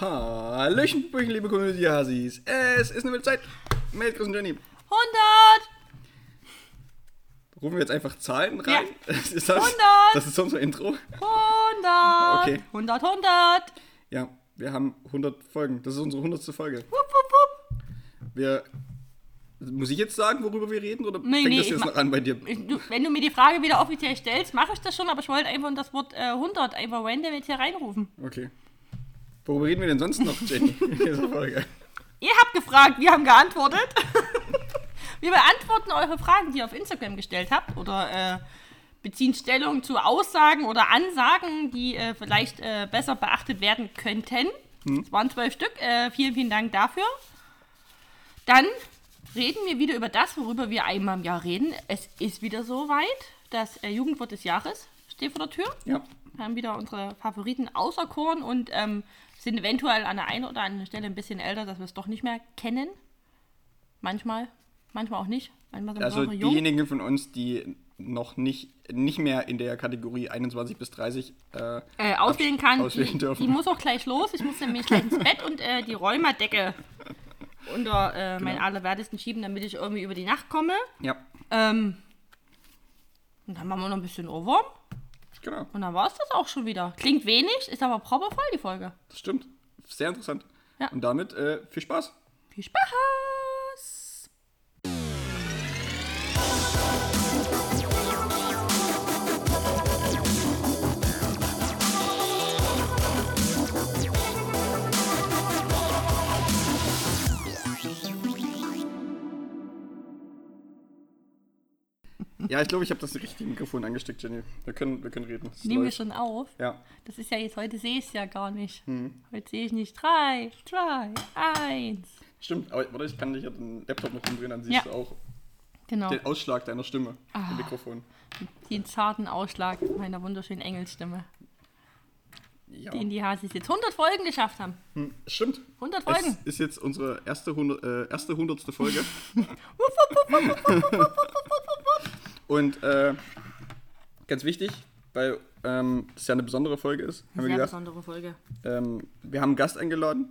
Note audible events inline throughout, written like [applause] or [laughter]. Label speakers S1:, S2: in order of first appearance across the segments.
S1: Hallöchen, Pupöchen, liebe Community Hasis. Es ist eine wilde Zeit. Meld Chris und Jenny.
S2: 100!
S1: Rufen wir jetzt einfach Zahlen rein? [laughs]
S2: Ja.
S1: Ist das,
S2: 100.
S1: das ist unser Intro.
S2: 100!
S1: Okay.
S2: 100, 100!
S1: Ja, wir haben 100 Folgen. Das ist unsere 100. Folge.
S2: Wupp, wupp, wupp.
S1: Wir. Muss ich jetzt sagen, worüber wir reden? Oder
S2: Nee,
S1: fängt
S2: nee,
S1: das
S2: ich
S1: jetzt
S2: mach-
S1: noch an bei dir?
S2: Ich, du, wenn du mir die Frage wieder offiziell stellst, mache ich das schon, aber ich wollte einfach das Wort äh, 100 einfach random jetzt hier reinrufen.
S1: Okay. Worüber reden wir denn sonst noch,
S2: [laughs]
S1: Jenny, in dieser Folge?
S2: Ihr habt gefragt, wir haben geantwortet. [laughs] wir beantworten eure Fragen, die ihr auf Instagram gestellt habt oder äh, beziehen Stellung zu Aussagen oder Ansagen, die äh, vielleicht äh, besser beachtet werden könnten. Es waren zwölf Stück. Äh, vielen, vielen Dank dafür. Dann reden wir wieder über das, worüber wir einmal im Jahr reden. Es ist wieder soweit. Das äh, Jugendwort des Jahres steht vor der Tür
S1: Ja.
S2: haben wieder unsere Favoriten auserkoren und ähm, sind eventuell an der einen oder anderen Stelle ein bisschen älter, dass wir es doch nicht mehr kennen. Manchmal, manchmal auch nicht. Manchmal sind
S1: Also
S2: wir auch noch jung.
S1: diejenigen von uns, die noch nicht, nicht mehr in der Kategorie 21 bis 30 äh,
S2: Äh, auswählen
S1: [laughs]
S2: kann.
S1: auswählen
S2: die,
S1: dürfen.
S2: die muss auch gleich los. Ich muss nämlich gleich ins Bett und äh,
S1: [laughs]
S2: die Rheumadecke unter äh, meinen
S1: Genau.
S2: Allerwertesten schieben, damit ich irgendwie über die Nacht komme.
S1: Ja,
S2: Ähm, und dann machen wir noch ein bisschen Ohrwurm.
S1: genau.
S2: Und dann war es das auch schon wieder. Klingt wenig, ist aber proper voll, die Folge.
S1: Das stimmt. Sehr interessant.
S2: Ja.
S1: Und damit äh, viel Spaß.
S2: Viel Spaß!
S1: Ja, ich glaube, ich habe das richtige Mikrofon angesteckt, Jenny. Wir können, wir können reden. Es
S2: Nehmen wir
S1: läuft.
S2: schon auf.
S1: Ja.
S2: Das ist ja jetzt, heute sehe ich es ja gar nicht.
S1: Hm.
S2: Heute sehe ich nicht. Drei, zwei, eins.
S1: Stimmt, aber warte, ich kann dich ja den Laptop noch umdrehen, dann siehst
S2: Ja. Ah.
S1: du auch
S2: Genau.
S1: den Ausschlag deiner Stimme im Mikrofon.
S2: Den zarten Ausschlag meiner wunderschönen Engelsstimme,
S1: Ja. Hm,
S2: die in die Hasis jetzt 100 Folgen geschafft haben.
S1: Stimmt.
S2: 100
S1: Es
S2: Folgen.
S1: ist jetzt unsere erste, hundert, äh, erste hundertste Folge. Und äh, ganz wichtig, weil ähm, das ja eine besondere Folge ist, haben wir
S2: Sehr
S1: gesagt,
S2: besondere Folge.
S1: ähm, wir haben einen Gast eingeladen.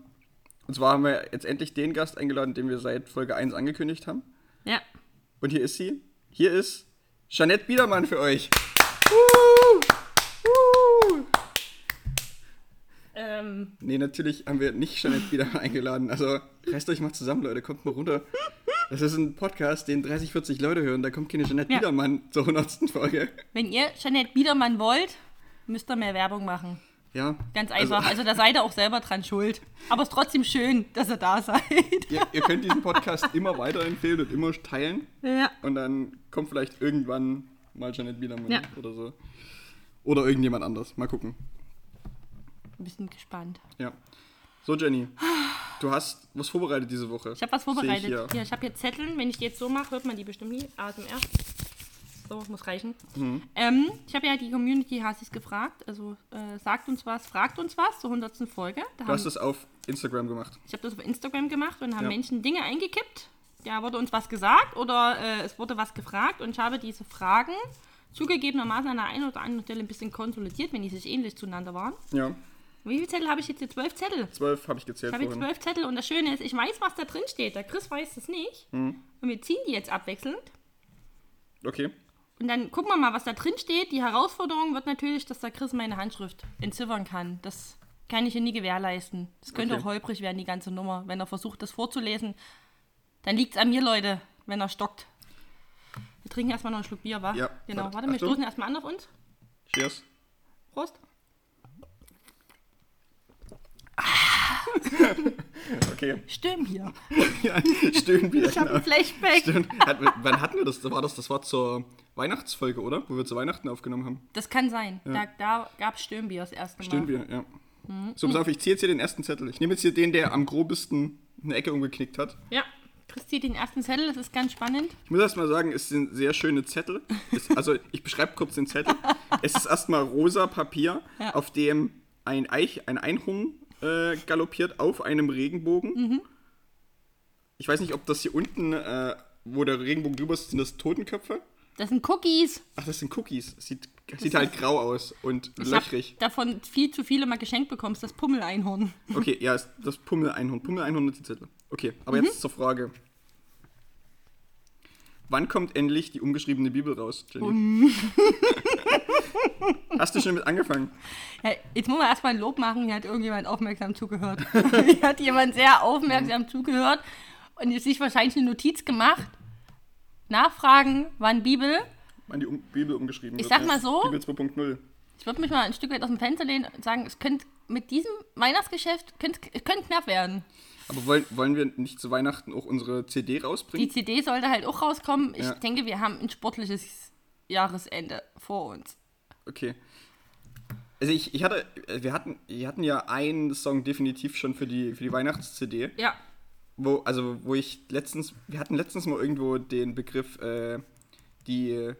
S1: Und zwar haben wir jetzt endlich den Gast eingeladen, den wir seit Folge 1 angekündigt haben.
S2: Ja.
S1: Und hier ist sie. Hier ist Jeanette Biedermann für euch.
S2: Ähm,
S1: Nee, natürlich haben wir nicht Jeanette Biedermann [laughs] eingeladen. Also reißt euch mal zusammen, Leute, kommt mal runter. Das ist ein Podcast, den 30, 40 Leute hören. Da kommt keine Jeanette
S2: Ja.
S1: Biedermann zur 100. Folge.
S2: wenn ihr Jeanette Biedermann wollt, müsst ihr mehr Werbung machen.
S1: Ja.
S2: Ganz
S1: Also,
S2: einfach. Also, da seid ihr auch selber dran schuld. Aber es ist trotzdem schön, dass ihr da seid.
S1: ihr, ihr könnt diesen Podcast immer weiterempfehlen und immer teilen.
S2: Ja.
S1: Und dann kommt vielleicht irgendwann mal Jeanette Biedermann
S2: Ja.
S1: oder so. Oder irgendjemand anders. Mal gucken.
S2: Ein bisschen gespannt.
S1: Ja. So, Jenny, du hast was vorbereitet diese Woche.
S2: Ich habe was vorbereitet.
S1: Sehe
S2: Hier.
S1: ich hier.
S2: ich habe hier Zetteln. Wenn ich die jetzt so mache, hört man die bestimmt nie. ASMR. So, muss reichen. Ähm, ich habe ja die Community Hasis gefragt. Also äh, sagt uns was, fragt uns was zur 100. Folge. Da
S1: Du
S2: haben,
S1: hast es auf Instagram gemacht.
S2: ich habe das auf Instagram gemacht und haben
S1: Ja.
S2: Menschen Dinge eingekippt. Da wurde uns was gesagt oder äh, es wurde was gefragt und ich habe diese Fragen zugegebenermaßen an der einen oder anderen Stelle ein bisschen konsolidiert, wenn die sich ähnlich zueinander waren.
S1: Ja.
S2: Wie viele Zettel habe ich jetzt hier? Zwölf Zettel.
S1: Zwölf habe ich gezählt
S2: Ich habe jetzt
S1: vorhin.
S2: zwölf Zettel und das Schöne ist, ich weiß, was da drin steht. Der Chris weiß es nicht.
S1: Hm.
S2: Und wir ziehen die jetzt abwechselnd.
S1: Okay.
S2: Und dann gucken wir mal, was da drin steht. Die Herausforderung wird natürlich, dass der Chris meine Handschrift entziffern kann. Das kann ich hier nie gewährleisten. Das könnte
S1: Okay.
S2: auch holprig werden, die ganze Nummer. Wenn er versucht, das vorzulesen, dann liegt es an mir, Leute, wenn er stockt. Wir trinken erstmal noch einen Schluck Bier, wa?
S1: Ja.
S2: Genau.
S1: Warte,
S2: Warte, wir
S1: Achtung.
S2: stoßen erstmal an auf uns.
S1: Cheers.
S2: Prost.
S1: Okay. [laughs]
S2: Stimmen hier.
S1: Ja, stöhnen wir.
S2: Ich habe ein Flashback.
S1: Stimmt. Hat, wann hatten wir das? War das, das war zur Weihnachtsfolge, oder? Wo wir zu Weihnachten aufgenommen haben.
S2: Das kann sein. Da, da gab es Stöhnbier das erste Mal.
S1: Stöhnen wir, ja.
S2: Mhm.
S1: So, pass auf, ich ziehe jetzt hier den ersten Zettel. Ich nehme jetzt hier den, der am grobesten eine Ecke umgeknickt hat.
S2: Ja, Chris zieht den ersten Zettel, das ist ganz spannend.
S1: Ich muss erst mal sagen, es sind sehr schöne Zettel. Es, also, ich beschreibe kurz den Zettel. Es ist erstmal rosa Papier,
S2: Ja.
S1: auf dem ein, Eich, ein Einhorn äh, galoppiert auf einem Regenbogen.
S2: Mhm.
S1: Ich weiß nicht, ob das hier unten, äh, wo der Regenbogen drüber ist, sind das Totenköpfe?
S2: Das sind Cookies.
S1: Ach, das sind Cookies. Sieht sieht halt grau aus und
S2: Ich hab
S1: löchrig.
S2: davon viel zu viele mal geschenkt bekommst, das Pummel-Einhorn.
S1: Okay, ja, ist das Pummel-Einhorn. Pummel-Einhorn ist die Zettel. Okay, aber
S2: Mhm.
S1: jetzt zur Frage. Wann kommt endlich die umgeschriebene Bibel raus, Jenny?
S2: Um.
S1: [laughs] Hast du schon mit angefangen?
S2: Ja, jetzt muss man erstmal ein Lob machen, hier hat irgendjemand
S1: [laughs]
S2: aufmerksam zugehört. hier hat jemand sehr aufmerksam zugehört und jetzt sich wahrscheinlich eine Notiz gemacht. Nachfragen, wann Bibel.
S1: Wann die um Bibel umgeschrieben wird?
S2: Ich sag
S1: ja.
S2: mal so.
S1: Bibel 2.0.
S2: Ich würde mich mal ein Stück weit aus dem Fenster lehnen und sagen, es könnte mit diesem Weihnachtsgeschäft könnte, es könnte knapp werden.
S1: Aber wollen, wollen wir nicht zu Weihnachten auch unsere CD
S2: Die
S1: rausbringen?
S2: CD sollte halt auch rauskommen. Ich
S1: Ja.
S2: denke, wir haben ein sportliches Jahresende vor uns.
S1: Okay. Also ich, ich hatte, wir hatten, wir hatten ja einen Song definitiv schon für die, für die Weihnachts-CD.
S2: Ja.
S1: wo, also wo ich letztens, wir hatten letztens mal irgendwo den Begriff, äh, die, äh,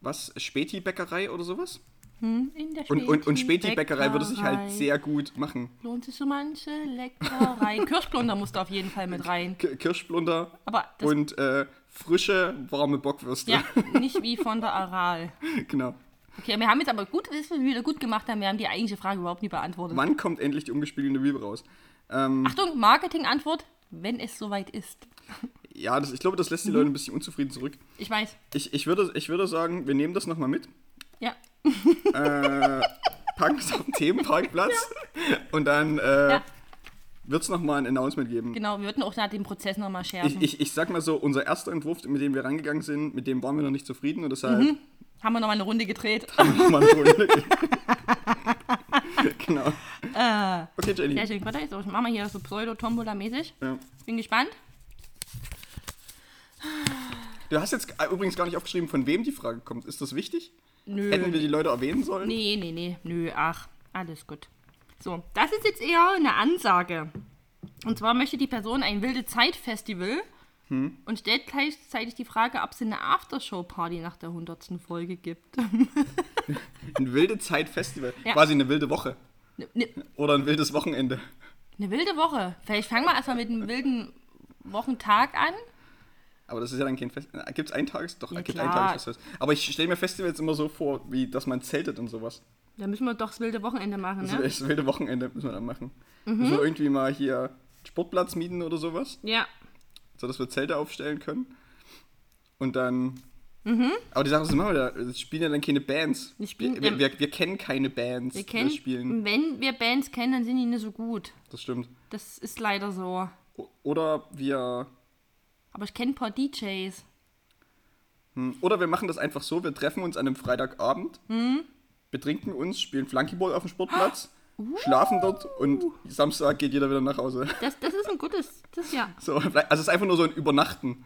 S1: was, Späti-Bäckerei oder sowas?
S2: In der
S1: Und, und, und Späti-Bäckerei würde sich halt
S2: Bäckerei
S1: sehr gut machen.
S2: Lohnt sich so manche Leckerei.
S1: [laughs]
S2: Kirschblunder musste auf jeden Fall mit rein.
S1: K Kirschblunder
S2: Aber Oh, das
S1: und äh, frische, warme Bockwürste.
S2: ja, nicht wie von der Aral.
S1: [laughs] genau.
S2: Okay, wir haben jetzt aber gut, dass wir wieder gut gemacht haben. Wir haben die eigentliche Frage überhaupt nie beantwortet.
S1: Wann kommt endlich die umgespielte Bibel raus? Ähm,
S2: Achtung, Marketing-Antwort, wenn es soweit ist.
S1: ja, das, ich glaube, das
S2: Mhm.
S1: lässt die Leute ein bisschen unzufrieden zurück.
S2: Ich weiß.
S1: Ich, ich, würde, ich würde sagen, wir nehmen das nochmal mit,
S2: Ja.
S1: packen es auf den Themenparkplatz
S2: [laughs]
S1: und dann äh,
S2: Ja.
S1: wird es nochmal ein Announcement geben.
S2: Genau, wir würden auch nach dem Prozess nochmal
S1: Ich,
S2: schärfen.
S1: ich, ich sag mal so, unser erster Entwurf, mit dem wir rangegangen sind, mit dem waren wir noch nicht zufrieden und deshalb
S2: Mhm. haben wir nochmal eine Runde gedreht.
S1: haben
S2: [laughs]
S1: wir einen [laughs] Genau. okay,
S2: Sehr
S1: Jenny.
S2: schön. Warte, jetzt machen wir hier so Pseudo-Tombola-mäßig.
S1: Ja.
S2: Bin gespannt.
S1: Du hast jetzt äh, übrigens gar nicht aufgeschrieben, von wem die Frage kommt. Ist das wichtig?
S2: Nö.
S1: Hätten wir die Leute erwähnen sollen?
S2: Nee, nee, nee. Nö, ach, alles gut. So, das ist jetzt eher eine Ansage. Und zwar möchte die Person ein wilde Zeit-Festival
S1: Hm.
S2: und stellt gleichzeitig die Frage, ob es eine Aftershow-Party nach der 100. Folge gibt. [laughs]
S1: Ein wilde Zeit-Festival.
S2: Ja.
S1: Quasi eine wilde Woche.
S2: Ne, ne,
S1: Oder ein wildes Wochenende.
S2: eine wilde Woche. Vielleicht fangen wir erstmal mit einem wilden Wochentag an.
S1: Aber das ist ja dann kein Festival. Gibt es ein Tages? Doch,
S2: Ja,
S1: gibt
S2: klar.
S1: ein Tagesfestival. Aber ich stelle mir Festivals immer so vor, wie dass man zeltet und sowas.
S2: Da müssen wir doch das wilde Wochenende machen,
S1: Das,
S2: ne?
S1: das Also wilde Wochenende müssen wir dann machen.
S2: Mhm.
S1: Müssen wir irgendwie mal hier Sportplatz mieten oder sowas?
S2: Ja.
S1: sodass wir Zelte aufstellen können. Und dann. Aber die Sache ist, was machen wir da? Es spielen ja dann keine Bands.
S2: Mhm. Wir spielen-
S1: wir, wir, wir kennen keine Bands,
S2: Wir kennen,
S1: die das spielen.
S2: wenn wir Bands kennen, dann sind die nicht so gut.
S1: Das stimmt.
S2: Das ist leider so.
S1: O- Oder wir.
S2: Aber ich kenne ein paar DJs.
S1: hm, Oder wir machen das einfach so: wir treffen uns an einem Freitagabend,
S2: Mhm.
S1: betrinken uns, spielen Flunkyball auf dem
S2: [gasps]
S1: Sportplatz,
S2: Uh.
S1: schlafen dort und Samstag geht jeder wieder nach Hause. [laughs]
S2: Das, das ist ein gutes, das ja.
S1: So, vielleicht- also es ist einfach nur so ein Übernachten,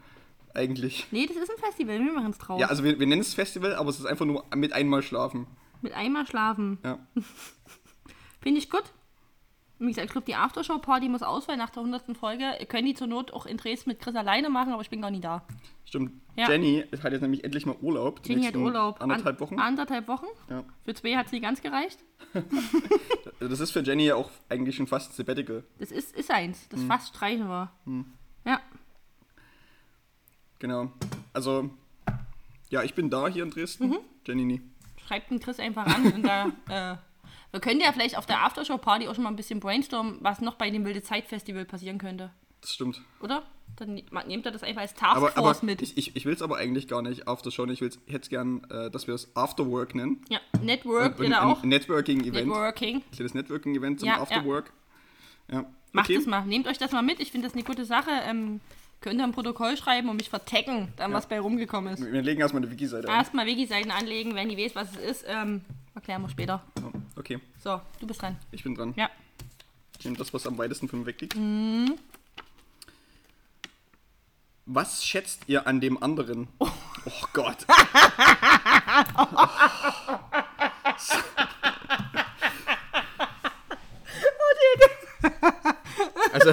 S1: eigentlich.
S2: Nee, das ist ein Festival, wir machen es draus.
S1: Ja, also wir, wir nennen es Festival, aber es ist einfach nur mit einmal schlafen.
S2: Mit einmal schlafen.
S1: Ja.
S2: Finde ich gut. Und Wie gesagt, ich glaube, die Aftershow-Party muss ausfallen nach der 100. Folge. Ihr könnt die zur Not auch in Dresden mit Chris alleine machen, aber ich bin gar nie da.
S1: Stimmt.
S2: Ja.
S1: Jenny hat jetzt nämlich endlich mal halt Urlaub. die
S2: Jenny hat
S1: nächsten
S2: Urlaub.
S1: Anderthalb
S2: An-
S1: Wochen.
S2: Anderthalb Wochen.
S1: Ja.
S2: Für zwei hat sie ganz gereicht.
S1: Das ist für Jenny ja auch eigentlich schon fast Sabbatical.
S2: Das ist, ist eins.
S1: Hm.
S2: Das fast streichen wir. Ja.
S1: Genau. Also, ja, ich bin da hier in
S2: Mhm.
S1: Dresden. Jenny nie.
S2: Schreibt den Chris einfach an
S1: [laughs]
S2: und da. Äh, wir können ja vielleicht auf der Aftershow-Party auch schon mal ein bisschen brainstormen, was noch bei dem Wilde Zeit-Festival passieren könnte.
S1: Das stimmt.
S2: Oder? Dann ne- nehmt ihr das einfach als
S1: Aber,
S2: Taskforce
S1: aber
S2: mit.
S1: ich, ich, ich will es aber eigentlich gar nicht after show. Ich will's- hätte es gern, äh, dass wir es Afterwork nennen.
S2: ja, Network,
S1: Und
S2: ihr da
S1: ein
S2: auch.
S1: Networking-Event.
S2: Networking.
S1: Kleines Networking-Event zum
S2: Ja, ja.
S1: Afterwork. Ja.
S2: Macht
S1: okay.
S2: das mal. Nehmt euch das mal mit. Ich finde das eine gute Sache. Ähm, könnt ihr ein Protokoll schreiben und mich vertecken, dann was bei rumgekommen ist.
S1: Wir legen erstmal eine Wiki-Seite an.
S2: Erstmal Wiki-Seiten anlegen, wenn die weiß, was es ist. Ähm, erklären wir später.
S1: Ja. Okay,
S2: So, du bist dran.
S1: ich bin dran.
S2: Ja.
S1: Ich nehme das, was am weitesten von mir wegliegt. Was schätzt ihr an dem anderen? Oh, Gott.
S2: [laughs]
S1: also.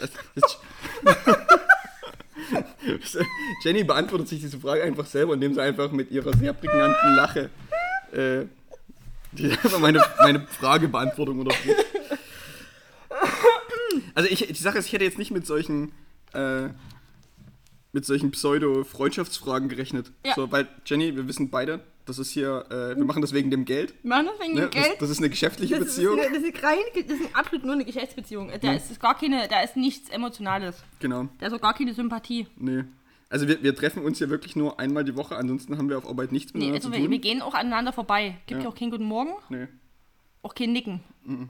S1: Das das- [laughs] Jenny beantwortet sich diese Frage einfach selber, indem sie einfach mit ihrer sehr prägnanten Lache äh, die einfach meine, meine Fragebeantwortung oder Also ich, die Sache ist, ich hätte jetzt nicht mit solchen äh, mit solchen Pseudo-Freundschaftsfragen gerechnet.
S2: Ja.
S1: So, weil, Jenny, wir wissen beide, das ist hier, äh, wir machen das wegen dem Geld.
S2: Wir machen das wegen
S1: Ne?
S2: dem Geld.
S1: Das, das ist eine geschäftliche
S2: Das ist,
S1: Beziehung.
S2: eine- das, ist rein, das ist absolut nur eine Geschäftsbeziehung. Da
S1: Mhm.
S2: ist gar keine, da ist nichts Emotionales.
S1: genau,
S2: Da ist auch gar keine Sympathie.
S1: nee. Also wir, wir treffen uns hier wirklich nur einmal die Woche, ansonsten haben wir auf Arbeit nichts
S2: Nee,
S1: miteinander
S2: also
S1: zu
S2: wir,
S1: tun.
S2: wir gehen auch aneinander vorbei. Gibt
S1: Ja.
S2: ja auch keinen guten Morgen,
S1: nee.
S2: auch kein Nicken.
S1: Mhm.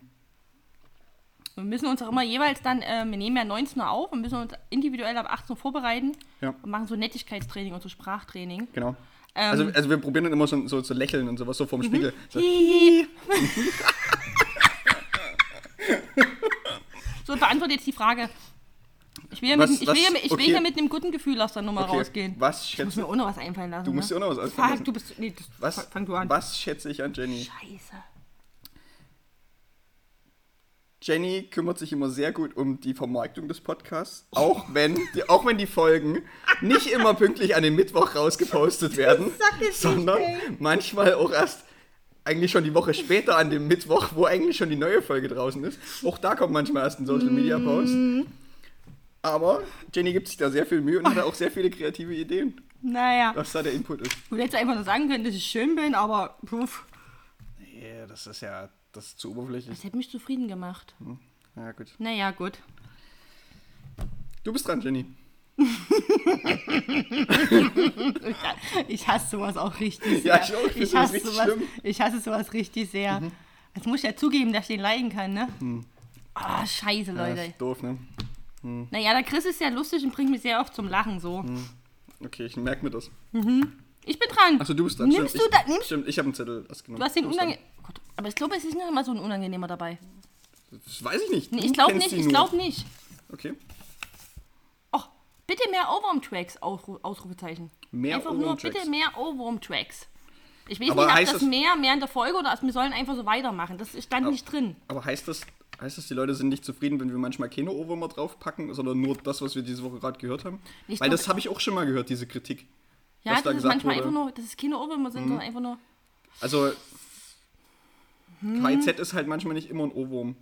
S2: Wir müssen uns auch immer jeweils dann, äh, wir nehmen ja 19 Uhr auf und müssen uns individuell ab 18 Uhr vorbereiten
S1: Ja,
S2: und machen so Nettigkeitstraining und so Sprachtraining.
S1: genau.
S2: Ähm, Mhm.
S1: Also, also wir probieren dann immer so, so zu lächeln und sowas, so vorm Spiegel. So,
S2: Hihi. [laughs] so, beantworte jetzt die Frage. Ich will ja mit,
S1: Was-
S2: ich will
S1: was-
S2: ja mit, ich will
S1: okay.
S2: ja mit einem guten Gefühl aus der Nummer
S1: okay,
S2: rausgehen.
S1: Was
S2: Ich [laughs] muss
S1: schätze
S2: mir auch noch was einfallen lassen.
S1: Du musst
S2: ne?
S1: dir auch noch was einfallen
S2: Fuck,
S1: lassen.
S2: du bist. Nee, das,
S1: was,
S2: fang du an.
S1: was schätze ich an Jenny?
S2: Scheiße.
S1: Jenny kümmert sich immer sehr gut um die Vermarktung des Podcasts, auch wenn die, auch wenn die Folgen nicht immer pünktlich an den Mittwoch rausgepostet werden,
S2: Sackgesicht,
S1: sondern
S2: ey.
S1: manchmal auch erst eigentlich schon die Woche später an dem Mittwoch, wo eigentlich schon die neue Folge draußen ist. Auch da kommt manchmal erst ein Social Media
S2: Mhm.
S1: Post. Aber Jenny gibt sich da sehr viel Mühe und hat da auch sehr viele kreative Ideen,
S2: Naja.
S1: was da der Input ist.
S2: Du hättest einfach nur sagen können, dass ich schön bin, aber puff.
S1: Ja, das ist ja das ist zu oberflächlich.
S2: Das hätte mich zufrieden gemacht.
S1: Ja, gut.
S2: Naja, gut. [laughs]
S1: Du bist dran, Jenny.
S2: Ich hasse sowas auch richtig sehr.
S1: Ja, ich auch. Ich finde
S2: ich,
S1: das
S2: hasse
S1: richtig
S2: sowas,
S1: schlimm. Mhm.
S2: ich hasse sowas richtig sehr. Jetzt muss ich ja zugeben, dass ich den leiden kann, ne? Ah, scheiße,
S1: Ja,
S2: Leute.
S1: ist doof, ne?
S2: Naja, der Chris ist ja lustig und bringt mich sehr oft zum Lachen, so.
S1: Mhm. Okay, ich merke mir das.
S2: Ich bin dran.
S1: Achso, Also, du bist dran.
S2: Nimmst
S1: stimmt,
S2: du
S1: ich,
S2: da- nimmst-
S1: Stimmt, ich habe einen Zettel erst genommen.
S2: du hast den
S1: bist dran.
S2: unangenehm... Gott, aber ich glaube, es ist nicht immer so ein unangenehmer dabei.
S1: Das weiß ich nicht.
S2: Nee,
S1: Du
S2: ich glaube
S1: kennst
S2: nicht,
S1: die nur.
S2: ich glaube nicht.
S1: Okay.
S2: Oh, bitte mehr Ohrwurm-Tracks, Ausru Ausrufezeichen.
S1: Mehr
S2: einfach nur,
S1: Ohrwurm-Tracks.
S2: bitte mehr Ohrwurm-Tracks. Ich weiß
S1: Aber
S2: nicht,
S1: heißt
S2: ob das
S1: das-
S2: mehr, mehr in der Folge oder wir sollen einfach so weitermachen. Das stand nicht drin.
S1: Aber heißt das, heißt das, die Leute sind nicht zufrieden, wenn wir manchmal keine Ohrwürmer draufpacken, sondern nur das, was wir diese Woche gerade gehört haben?
S2: Ich
S1: Weil
S2: glaub-
S1: das habe ich auch schon mal gehört, diese Kritik.
S2: Ja,
S1: was da
S2: das ist
S1: gesagt
S2: manchmal
S1: wurde. Mhm.
S2: einfach nur, das ist keine Ohrwürmer sind, sondern einfach nur.
S1: Also,
S2: Hm.
S1: KIZ ist halt manchmal nicht immer ein Ohrwurm.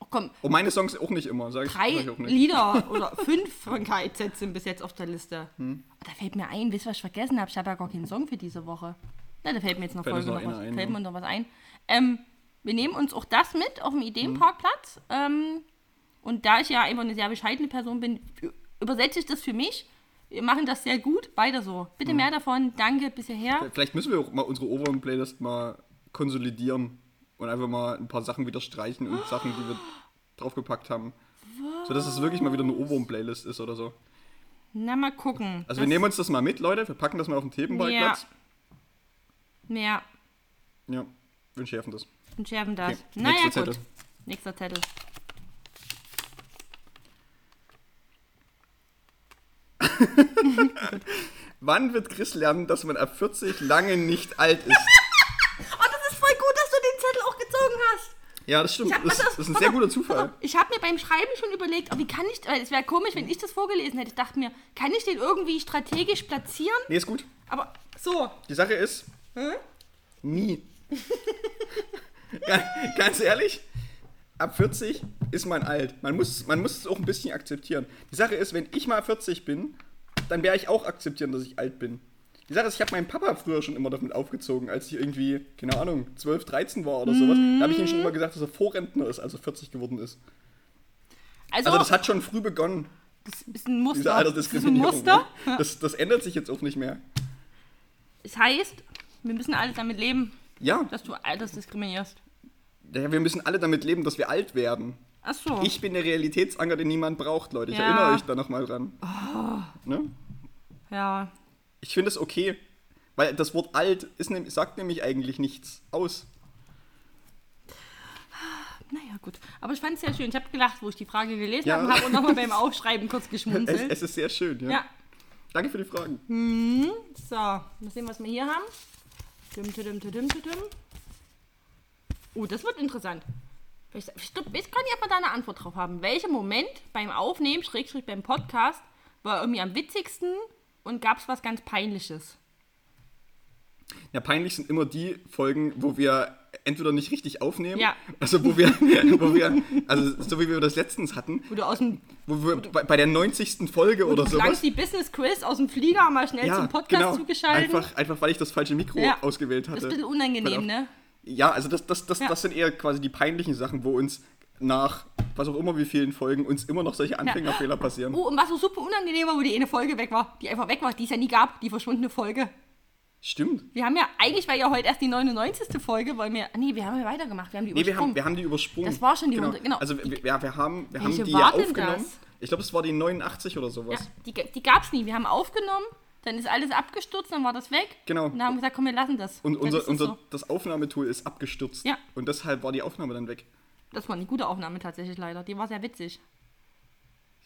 S2: Oh komm,
S1: Und meine Songs auch nicht immer, sage ich,
S2: drei
S1: sag ich auch nicht. [laughs]
S2: Lieder oder fünf von KIZ sind bis jetzt auf der Liste.
S1: Hm.
S2: Da fällt mir ein, wisst ihr, was ich vergessen habe? Ich habe ja gar keinen Song für diese Woche. Na, da fällt mir jetzt noch
S1: Fällt uns
S2: Folge noch
S1: noch
S2: was.
S1: einer ein, ne?
S2: fällt
S1: ja.
S2: mir noch was ein. Ähm, wir nehmen uns auch das mit auf dem Ideenparkplatz. Ähm, und da ich ja einfach eine sehr bescheidene Person bin, ü- übersetze ich das für mich. Wir machen das sehr gut. Weiter so. Bitte
S1: Hm.
S2: mehr davon. Danke, bis hierher.
S1: Vielleicht müssen wir auch mal unsere Ohrwurm-Playlist mal konsolidieren und einfach mal ein paar Sachen wieder streichen und Sachen, die wir draufgepackt haben. So dass es wirklich mal wieder eine Ohrwurm-Playlist ist oder so.
S2: Na, mal gucken.
S1: Also wir nehmen uns das mal mit, Leute. Wir packen das mal auf den Themenparkplatz.
S2: Mehr.
S1: Ja. Wir schärfen das.
S2: Und schärfen das.
S1: Okay,
S2: Naja,
S1: nächster
S2: gut.
S1: Zettel.
S2: Nächster Zettel.
S1: Wann wird Chris lernen, dass man ab 40 lange nicht alt ist?
S2: Oh, das ist voll gut, dass du den Zettel auch gezogen hast.
S1: Ja, das stimmt.
S2: Ich hab-
S1: Das,
S2: warte,
S1: das ist ein
S2: warte,
S1: sehr guter Zufall.
S2: [laughs] warte. Ich habe mir beim Schreiben schon überlegt, oh, wie kann ich, weil es wäre komisch, wenn ich das vorgelesen hätte. Ich dachte mir, kann ich den irgendwie strategisch platzieren?
S1: Nee, ist gut.
S2: Aber so.
S1: Die Sache ist,
S2: Hm?
S1: nie. Ga- Ganz ehrlich, ab 40 ist man alt. Man muss, man muss es auch ein bisschen akzeptieren. Die Sache ist, wenn ich mal 40 bin, dann werde ich auch akzeptieren, dass ich alt bin. Die Sache ist, ich habe meinen Papa früher schon immer damit aufgezogen, als ich irgendwie, keine Ahnung, 12, 13 war oder sowas. Da habe ich ihm
S2: Mhm.
S1: schon immer gesagt, dass er Vorrentner ist, also 40 geworden ist.
S2: Also,
S1: Also das
S2: das,
S1: hat schon früh begonnen,
S2: ist ein
S1: diese
S2: Muster. Das ist ein
S1: Altersdiskriminierung.
S2: Muster.
S1: ne? Das, das ändert sich jetzt auch nicht mehr.
S2: Es heißt, wir müssen alle damit leben,
S1: Ja,
S2: dass du altersdiskriminierst.
S1: ja, wir müssen alle damit leben, dass wir alt werden.
S2: Ach so.
S1: Ich bin der Realitätsanker, den niemand braucht, Leute. Ich
S2: Oh. Ja. Oh.
S1: erinnere euch da nochmal dran. Ne?
S2: ja.
S1: Ich finde es okay, weil das Wort alt ist, nehm- sagt nämlich eigentlich nichts aus.
S2: Naja, gut. Aber ich fand es sehr schön. Ich habe gelacht, wo ich die Frage gelesen
S1: Ja.
S2: habe und habe
S1: [laughs]
S2: nochmal beim Aufschreiben kurz
S1: Es,
S2: geschmunzelt.
S1: es ist sehr schön, ja.
S2: ja. Hm.
S1: Danke für die Fragen.
S2: So, mal sehen, was wir hier haben. Düm, düm, düm, düm, düm. Oh, das wird interessant. Vielleicht, ich glaub, ich kann ja mal da eine Antwort drauf haben. Welcher Moment beim Aufnehmen, Schrägstrich beim Podcast, war irgendwie am witzigsten und gab es was ganz Peinliches?
S1: Ja, peinlich sind immer die Folgen, wo wir entweder nicht richtig aufnehmen,
S2: Ja.
S1: also wo wir, wo wir, also so wie wir das letztens hatten,
S2: Wo du aus dem
S1: wo wir bei, bei der 90. Folge oder sowas.
S2: langs die Business Quiz aus dem Flieger mal schnell zum Podcast zugeschaltet.
S1: genau. Einfach, einfach weil ich das falsche Mikro
S2: Ja.
S1: ausgewählt hatte.
S2: Das ist ein bisschen unangenehm,
S1: Verdammt.
S2: ne?
S1: Ja, also das, das, das,
S2: Ja.
S1: das sind eher quasi die peinlichen Sachen, wo uns nach was auch immer wie vielen Folgen uns immer noch solche Anfängerfehler passieren.
S2: Oh, und was so super unangenehm war, wo die eine Folge weg war, die einfach weg war, die es ja nie gab, die verschwundene Folge.
S1: Stimmt.
S2: Wir haben ja, eigentlich war ja heute erst die 99. Folge, weil wir, nee, wir haben ja weitergemacht, wir haben die
S1: Nee, wir haben,
S2: übersprungen.
S1: wir haben die übersprungen.
S2: Das war schon die
S1: genau.
S2: Runde, genau.
S1: Also wir, wir, wir haben, wir haben
S2: Welche
S1: die
S2: war
S1: ja
S2: denn
S1: aufgenommen.
S2: das?
S1: Ich glaube, es war die 89 oder sowas.
S2: ja, die, ga- die gab's nie, wir haben aufgenommen, dann ist alles abgestürzt, dann war das weg.
S1: Genau.
S2: Und dann haben wir gesagt, komm, wir lassen das.
S1: Und
S2: Dann
S1: unser,
S2: ist es
S1: unser,
S2: so.
S1: das Aufnahmetool ist abgestürzt.
S2: Ja.
S1: Und deshalb war die Aufnahme dann weg.
S2: Das war eine gute Aufnahme tatsächlich leider, die war sehr witzig.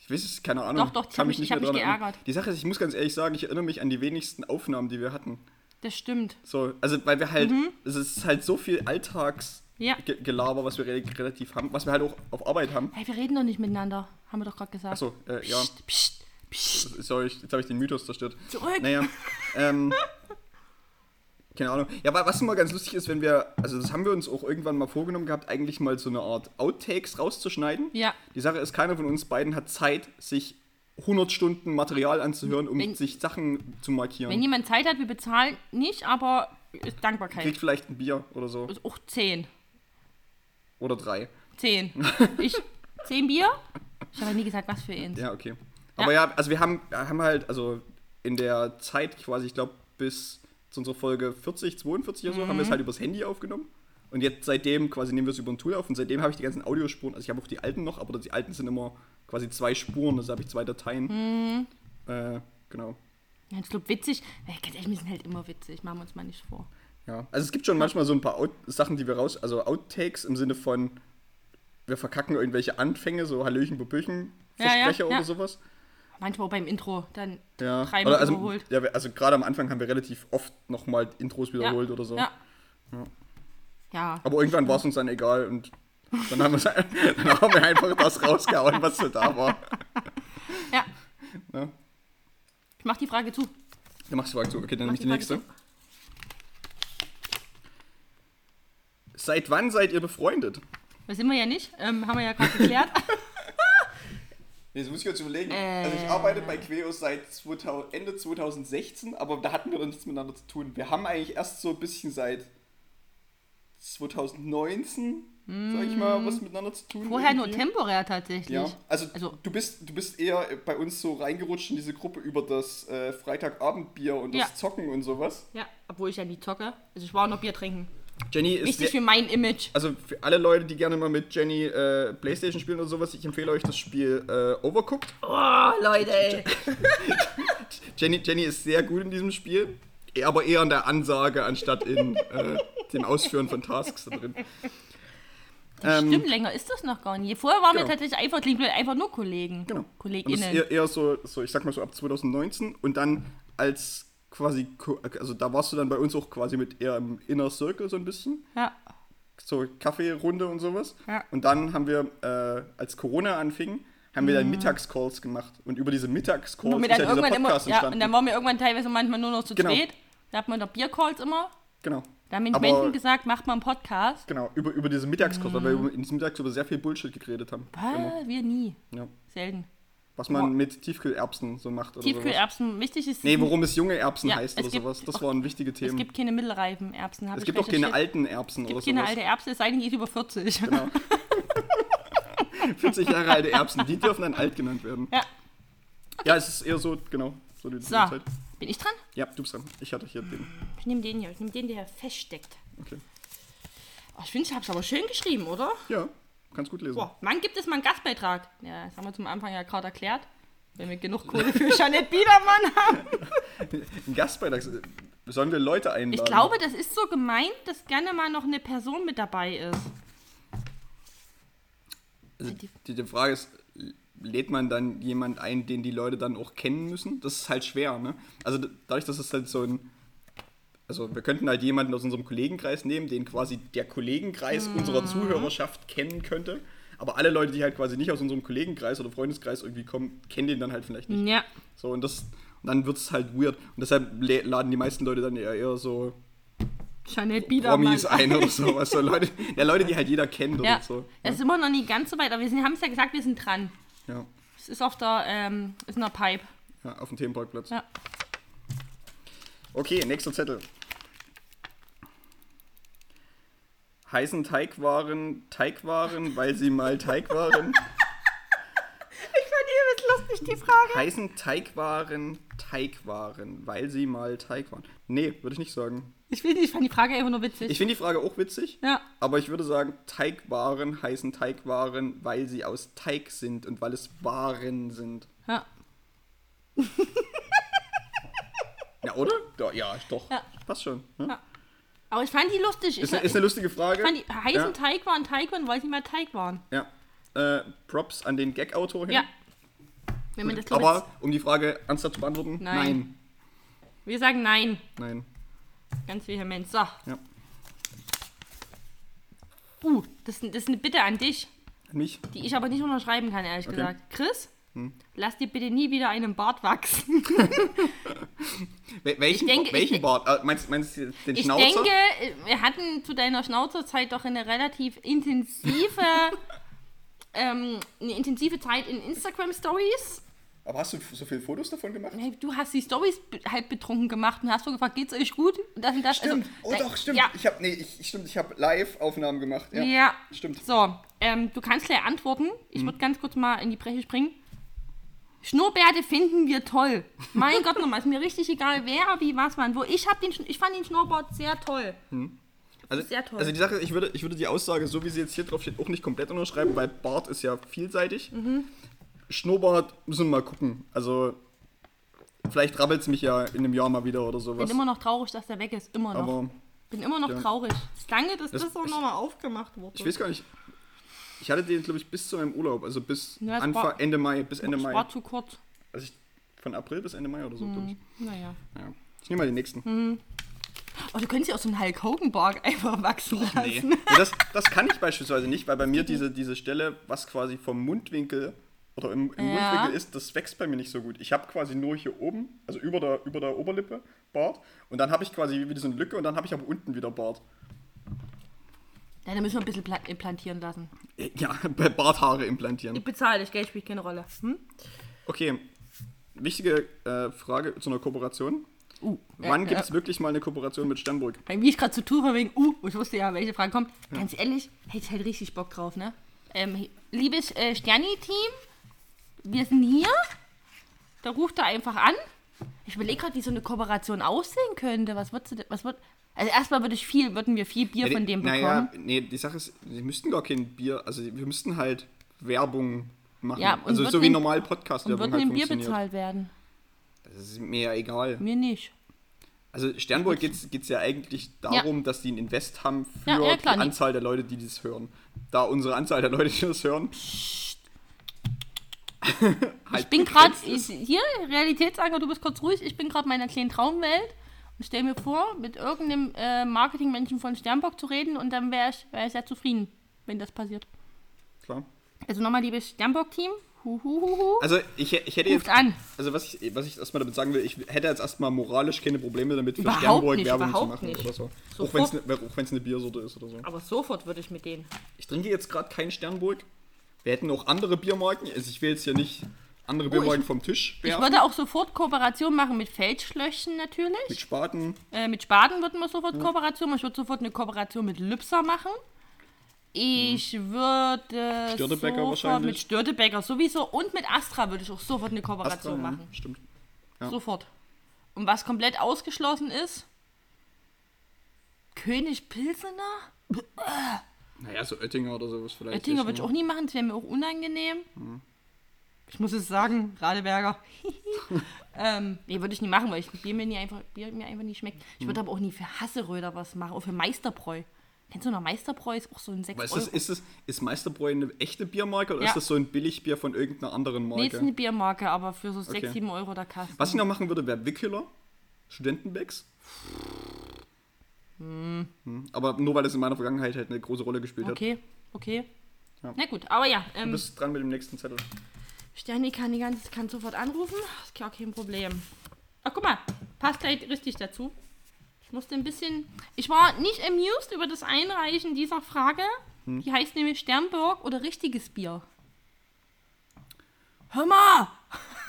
S1: Ich weiß es, keine Ahnung.
S2: Doch, doch, ich
S1: kann
S2: hab mich- ich hab
S1: mehr
S2: mich
S1: dran erinnern.
S2: geärgert.
S1: Die Sache ist, ich muss ganz ehrlich sagen, ich erinnere mich an die wenigsten Aufnahmen, die wir hatten.
S2: Das stimmt.
S1: So, also weil wir halt, es ist halt so viel Alltagsgelaber,
S2: Mhm. Ja.
S1: was wir re- relativ haben, was wir halt auch auf Arbeit haben.
S2: Hey, wir reden doch nicht miteinander, haben wir doch gerade gesagt.
S1: Achso, äh, ja,
S2: Psst, psst, psst,
S1: sorry, ich- jetzt habe ich den Mythos zerstört.
S2: zurück.
S1: Naja, ähm, keine Ahnung. Ja, wa- was immer ganz lustig ist, wenn wir, also das haben wir uns auch irgendwann mal vorgenommen gehabt, eigentlich mal so eine Art Outtakes rauszuschneiden.
S2: Ja.
S1: Die Sache ist, keiner von uns beiden hat Zeit, sich 100 Stunden Material anzuhören, um
S2: Wenn-
S1: sich Sachen zu markieren.
S2: Wenn jemand Zeit hat, wir bezahlen nicht, aber ist Dankbarkeit.
S1: Kriegt vielleicht ein Bier oder so.
S2: Ist auch 10.
S1: Oder drei. [laughs]
S2: 10. Ich, 10 Bier? Ich habe ja nie gesagt, was für eins.
S1: Ja, okay. Aber ja, also wir haben, haben halt, also in der Zeit quasi, ich glaube, bis zu unserer Folge 40, 42 oder so, haben
S2: Mhm.
S1: wir es halt übers Handy aufgenommen. Und jetzt seitdem quasi nehmen wir es über ein Tool auf und seitdem habe ich die ganzen Audiospuren, also ich habe auch die alten noch, aber die alten sind immer quasi zwei Spuren, also habe ich zwei Dateien.
S2: Mhm.
S1: Äh, genau.
S2: Ja, ich glaube, witzig. Ey, Ganz ehrlich, wir sind halt immer witzig. Machen wir uns mal nicht vor.
S1: Ja. Also es gibt schon manchmal so ein paar Out Sachen, die wir raus, also Outtakes im Sinne von, wir verkacken irgendwelche Anfänge, so Hallöchen, Bubüchen,
S2: Ja, ja,
S1: Versprecher
S2: ja.
S1: oder sowas.
S2: Manchmal auch beim Intro. Dann
S1: Ja.
S2: dreimal
S1: Oder also,
S2: überholt.
S1: ja, wir- also gerade am Anfang haben wir relativ oft nochmal Intros wiederholt
S2: ja.
S1: oder so.
S2: Ja. Ja.
S1: Aber irgendwann war es uns dann egal und dann haben, wir's- [laughs] dann haben wir einfach das rausgehauen, was so da war.
S2: ja.
S1: Ja.
S2: Ich mach die Frage zu.
S1: Dann machst du Frage zu. Okay, dann
S2: Mach
S1: nehme ich die nächste.
S2: Frage zu.
S1: Seit wann seid ihr befreundet?
S2: Das sind wir ja nicht. Ähm, haben wir ja gerade geklärt.
S1: Jetzt muss ich kurz überlegen.
S2: Äh.
S1: Also ich arbeite bei Queos seit 2000, Ende 2016, aber da hatten wir noch nichts miteinander zu tun. Wir haben eigentlich erst so ein bisschen seit 2019, sag ich mal, was miteinander zu tun.
S2: Hm. Vorher nur
S1: irgendwie.
S2: temporär tatsächlich.
S1: Ja, also,
S2: Also-
S1: du, bist, du bist eher bei uns so reingerutscht in diese Gruppe über das äh, Freitagabendbier und das
S2: Ja.
S1: Zocken und sowas.
S2: Ja, obwohl ich ja nie zocke. Also ich war auch noch Bier trinken.
S1: Jenny ist
S2: Wichtig
S1: sehr,
S2: für mein Image.
S1: also für alle Leute, die gerne mal mit Jenny äh, Playstation spielen oder sowas, ich empfehle euch das Spiel äh, Overcooked.
S2: Oh, Leute, ey.
S1: Jenny, Jenny ist sehr gut in diesem Spiel, eh- aber eher an der Ansage anstatt in äh, dem Ausführen von Tasks da drin. Ähm,
S2: Stimmt, länger ist das noch gar nicht. Vorher waren
S1: Genau.
S2: wir tatsächlich einfach, klingt blöd, einfach nur Kollegen.
S1: genau. Und das ist
S2: KollegInnen.
S1: eher, eher so, so, ich sag mal so ab 2019 und dann als quasi, Ko- also da warst du dann bei uns auch quasi mit eher im Inner Circle so ein bisschen.
S2: ja.
S1: so Kaffeerunde und sowas.
S2: Ja.
S1: Und dann haben wir, äh, als Corona anfing, haben wir dann Mittagscalls gemacht. Und über diese Mittagscalls
S2: Und,
S1: ist
S2: mir
S1: ja
S2: Mhm. dann
S1: dieser
S2: irgendwann immer,
S1: Podcast
S2: ja, und
S1: entstanden.
S2: dann waren wir irgendwann teilweise manchmal nur noch zu
S1: Genau.
S2: spät. Da hat man doch Biercalls immer.
S1: genau.
S2: Da haben die
S1: Aber-
S2: Menschen gesagt, macht mal einen Podcast.
S1: Genau, über, über diese Mittagscalls, weil wir über- in diesem Mittags über sehr viel Bullshit geredet haben. Immer.
S2: Ah, wir nie.
S1: Ja.
S2: Selten.
S1: Was man mit Tiefkühlerbsen so macht oder sowas.
S2: Tiefkühlerbsen, wichtig ist,
S1: Also Nee, worum es junge Erbsen
S2: Ja,
S1: heißt
S2: es
S1: oder
S2: gibt-
S1: sowas. Das waren wichtige
S2: es
S1: Themen.
S2: gibt keine mittelreifen Erbsen.
S1: Es gibt auch keine alten Erbsen
S2: Es
S1: oder
S2: gibt keine
S1: sowas. Genau,
S2: alte Erbsen, es sei denn, die ist über 40.
S1: [laughs] 40 Jahre alte Erbsen, die dürfen dann alt genannt werden.
S2: Ja.
S1: Ja, es ist eher so, genau, so die
S2: [laughs] So,
S1: Zeit.
S2: bin ich dran?
S1: Ja, du bist dran. Ich hatte hier den.
S2: Ich nehme den hier, ich nehme den, der hier feststeckt.
S1: Okay.
S2: Oh, ich finde, ich habe es aber schön geschrieben, oder?
S1: Ja, kannst gut lesen.
S2: Boah, wann gibt es mal einen Gastbeitrag? Ja, das haben wir zum Anfang ja gerade erklärt. Wenn wir genug Kohle für Jeanette Biedermann haben.
S1: Ein Gastbeitrag. Sollen wir Leute einladen?
S2: Ich glaube, das ist so gemeint, dass gerne mal noch eine Person mit dabei ist.
S1: Also, die, die Frage ist, lädt man dann jemand ein, den die Leute dann auch kennen müssen? Das ist halt schwer, ne? Also d- dadurch, dass es halt so ein. Also wir könnten halt jemanden aus unserem Kollegenkreis nehmen, den quasi der Kollegenkreis unserer Zuhörerschaft kennen könnte. Aber alle Leute, die halt quasi nicht aus unserem Kollegenkreis oder Freundeskreis irgendwie kommen, kennen den dann halt vielleicht nicht.
S2: Ja.
S1: So, und das, und dann wird es halt weird. Und deshalb lä- laden die meisten Leute dann eher, eher so
S2: Chanel Biedermann.
S1: Promis ein oder sowas. So Leute, ja, Leute, die halt jeder kennt
S2: Ja,
S1: oder so.
S2: es ist immer noch nicht ganz so weit, aber wir haben es ja gesagt, wir sind dran.
S1: Ja,
S2: Es ist auf der, ähm, ist in der Pipe.
S1: ja auf dem Themenparkplatz.
S2: Ja.
S1: Okay, nächster Zettel. Heißen Teigwaren, Teigwaren, weil sie mal Teig
S2: [laughs]
S1: waren.
S2: Ich fand übelst lustig die Frage.
S1: Heißen Teigwaren, Teigwaren, weil sie mal Teig waren. Nee, würde ich nicht sagen.
S2: Ich will nicht, ich fand die Frage einfach nur witzig.
S1: Ich finde die Frage auch witzig,
S2: ja,
S1: aber ich würde sagen, Teigwaren heißen Teigwaren, weil sie aus Teig sind und weil es Waren sind.
S2: ja,
S1: Ja, oder? Ja, ja doch.
S2: Ja.
S1: Passt schon. Ne?
S2: ja. Aber ich fand die lustig.
S1: Ist,
S2: ich,
S1: eine- ist eine lustige Frage.
S2: ich fand die heißen
S1: ja,
S2: Teig waren Teig waren, weil sie mal Teig waren.
S1: ja. Äh, Props an den Gag-Autor hin.
S2: Ja. Wenn man das glaub ich,
S1: aber um die Frage ernsthaft zu beantworten,
S2: Nein. Wir sagen nein.
S1: nein. nein.
S2: Ganz vehement. So.
S1: Ja.
S2: Uh, das, das ist eine Bitte an dich,
S1: An mich.
S2: die ich aber nicht unterschreiben kann, ehrlich gesagt. Chris,
S1: Hm.
S2: lass dir bitte nie wieder einen Bart wachsen.
S1: Wel welchen Ba-
S2: denke, ich
S1: welchen
S2: de-
S1: Bart? Äh, meinst, meinst du den
S2: Ich
S1: Schnauzer?
S2: denke, wir hatten zu deiner Schnauzerzeit doch eine relativ intensive,
S1: [laughs]
S2: ähm, eine intensive Zeit in Instagram Stories.
S1: Aber hast du f- so viele Fotos davon gemacht?
S2: Hey, Du hast die Stories be- halb betrunken gemacht und hast so gefragt, geht's euch gut? Und das und das. Also,
S1: Stimmt. oh
S2: da-
S1: doch, stimmt.
S2: Ja,
S1: Ich habe nee, ich, ich- stimmt, ich habe Live-Aufnahmen gemacht. Ja.
S2: ja.
S1: Stimmt.
S2: So, ähm, du kannst gleich antworten. Ich
S1: Hm.
S2: würde ganz kurz mal in die Breche springen. Schnurrbärte finden wir toll. Mein Gott, nochmal, ist mir richtig egal, wer, wie, was, wann, wo. Ich, hab den, Schn- ich fand den Schnurrbart sehr toll.
S1: Also,
S2: Sehr toll.
S1: also die Sache, ich würde, ich würde die Aussage, so wie sie jetzt hier drauf steht, auch nicht komplett unterschreiben, weil Bart ist ja vielseitig.
S2: Mhm.
S1: Schnurrbart müssen wir mal gucken. Also vielleicht rabbelt es mich ja in einem Jahr mal wieder oder sowas.
S2: Bin immer noch traurig, dass der weg ist. Immer noch.
S1: Aber
S2: Bin immer noch
S1: Ja.
S2: traurig. Danke, dass das,
S1: Das-
S2: auch
S1: ich-
S2: nochmal aufgemacht wurde.
S1: ich weiß gar nicht. Ich hatte den, glaube ich, bis zu meinem Urlaub, also bis
S2: Ja, es
S1: Anfang,
S2: war-
S1: Ende Mai, bis Ende
S2: Es
S1: Mai.
S2: war zu kurz.
S1: Also ich, von April bis Ende Mai oder so, glaube ich.
S2: Hm. Naja.
S1: Ja. Ich nehme mal den nächsten.
S2: Hm. Oh, du könntest ja auch so einen Hulk Hogan Bart einfach
S1: [laughs]
S2: wachsen [laughs]
S1: Nee.
S2: lassen.
S1: nee das, das kann ich beispielsweise nicht, weil bei mir diese, diese Stelle, was quasi vom Mundwinkel oder im, im
S2: Ja.
S1: Mundwinkel ist, das wächst bei mir nicht so gut. Ich habe quasi nur hier oben, also über der, über der Oberlippe, Bart. Und dann habe ich quasi wieder so eine Lücke und dann habe ich aber unten wieder Bart.
S2: Ja, dann müssen wir ein bisschen pla- implantieren lassen.
S1: Äh, Ja, [laughs] bei Barthaare implantieren.
S2: Ich bezahle dich, Geld spielt keine Rolle. Hm?
S1: Okay, wichtige äh, Frage zu einer Kooperation.
S2: Uh.
S1: Wann
S2: ja,
S1: gibt es wirklich mal eine Kooperation mit Sternburg?
S2: Weil Wie ich gerade zu tun war wegen, uh, ich wusste ja, welche Frage kommt. Ganz ehrlich, hätte ich halt richtig Bock drauf, ne? Ähm, he- liebes äh, Sterni-Team, wir sind hier. Da ruft er einfach an. Ich überlege gerade, wie so eine Kooperation aussehen könnte. Was würdest du denn, was wird. Also erstmal würde ich viel, würden wir viel Bier von dem bekommen.
S1: Naja, nee, die Sache ist, sie müssten gar kein Bier, also wir müssten halt Werbung machen.
S2: Ja, und
S1: also
S2: würden
S1: so wie
S2: den-
S1: normal Podcast
S2: Und würden
S1: halt
S2: dem Bier
S1: funktioniert.
S2: bezahlt werden.
S1: Das ist mir ja egal.
S2: Mir nicht.
S1: Also Sternburg geht es ja eigentlich darum, dass die einen Invest haben für
S2: Ja, ja, klar,
S1: die
S2: nee.
S1: Anzahl der Leute, die das hören. Da unsere Anzahl der Leute, die das hören. [laughs] halt
S2: Ich bin gerade
S1: begrenzt ist.
S2: hier, Realitätsanker, du bist kurz ruhig. Ich bin gerade in meiner kleinen Traumwelt und stell mir vor, mit irgendeinem äh, Marketingmenschen von Sternbock zu reden und dann wäre ich, wär ich sehr zufrieden, wenn das passiert.
S1: Klar.
S2: Also nochmal, liebes Sternbock-Team, huhuhuhu,
S1: Also ich, hä- ich hätte
S2: ruft
S1: jetzt.
S2: an.
S1: Also was ich, was ich erstmal damit sagen will, ich hätte jetzt erstmal moralisch keine Probleme damit, für
S2: Überhaupt
S1: Sternburg
S2: nicht,
S1: Werbung zu
S2: überhaupt
S1: machen
S2: nicht.
S1: oder so.
S2: Sofort.
S1: Auch wenn es auch wenn's eine Biersorte ist oder so.
S2: Aber sofort würde ich mit denen.
S1: Ich trinke jetzt gerade keinen Sternburg. Wir hätten auch andere Biermarken. Also ich will jetzt hier nicht andere Biermarken vom Tisch
S2: Oh, Ich
S1: werfen.
S2: würde auch sofort Kooperation machen mit Feldschlöchen natürlich.
S1: Mit Spaten.
S2: Äh, mit Spaten würden wir sofort Kooperation machen. Ich würde sofort eine Kooperation mit Lübser machen. Ich würde
S1: Störtebecker
S2: sofort
S1: Mhm. wahrscheinlich.
S2: mit Störtebecker sowieso und mit Astra würde ich auch sofort eine Kooperation
S1: Astra, ja,
S2: machen.
S1: Stimmt.
S2: Sofort. Und was komplett ausgeschlossen ist? König Pilsener?
S1: Naja, so Oettinger oder sowas vielleicht.
S2: Oettinger würde ich auch nie machen, das wäre mir auch unangenehm.
S1: Mhm.
S2: Ich muss es sagen, Radeberger. [laughs] ähm, nee, würde ich nie machen, weil ich Bier mir, nie einfach, Bier mir einfach nicht schmeckt. Ich
S1: Mhm.
S2: würde aber auch nie für Hasseröder was machen, auch für Meisterbräu. Kennst du noch Meisterbräu? Ist auch so ein 6
S1: Aber ist, eh
S2: Euro.
S1: das, ist, das, ist Meisterbräu eine echte Biermarke oder
S2: Ja.
S1: ist das so ein Billigbier von irgendeiner anderen
S2: nee, ist
S1: Marke?
S2: eine Biermarke, aber für so 6,
S1: Okay.
S2: 7 Euro der Kasten.
S1: Was ich noch machen würde, wäre Wickhiller. Studentenbecks. Hm, Aber nur weil es in meiner Vergangenheit halt eine große Rolle gespielt hat.
S2: Okay, okay.
S1: Ja.
S2: Na gut, aber ja,
S1: Du
S2: ähm,
S1: bist dran mit dem nächsten Zettel.
S2: Sterni kann die ganze kann Ah, sofort anrufen. Ist gar kein Problem. Ach, guck mal, passt gleich richtig halt dazu. Ich musste ein bisschen. Ich war nicht amused über das Einreichen dieser Frage.
S1: Hm.
S2: Die heißt nämlich Sternburg oder richtiges Bier. Hör mal!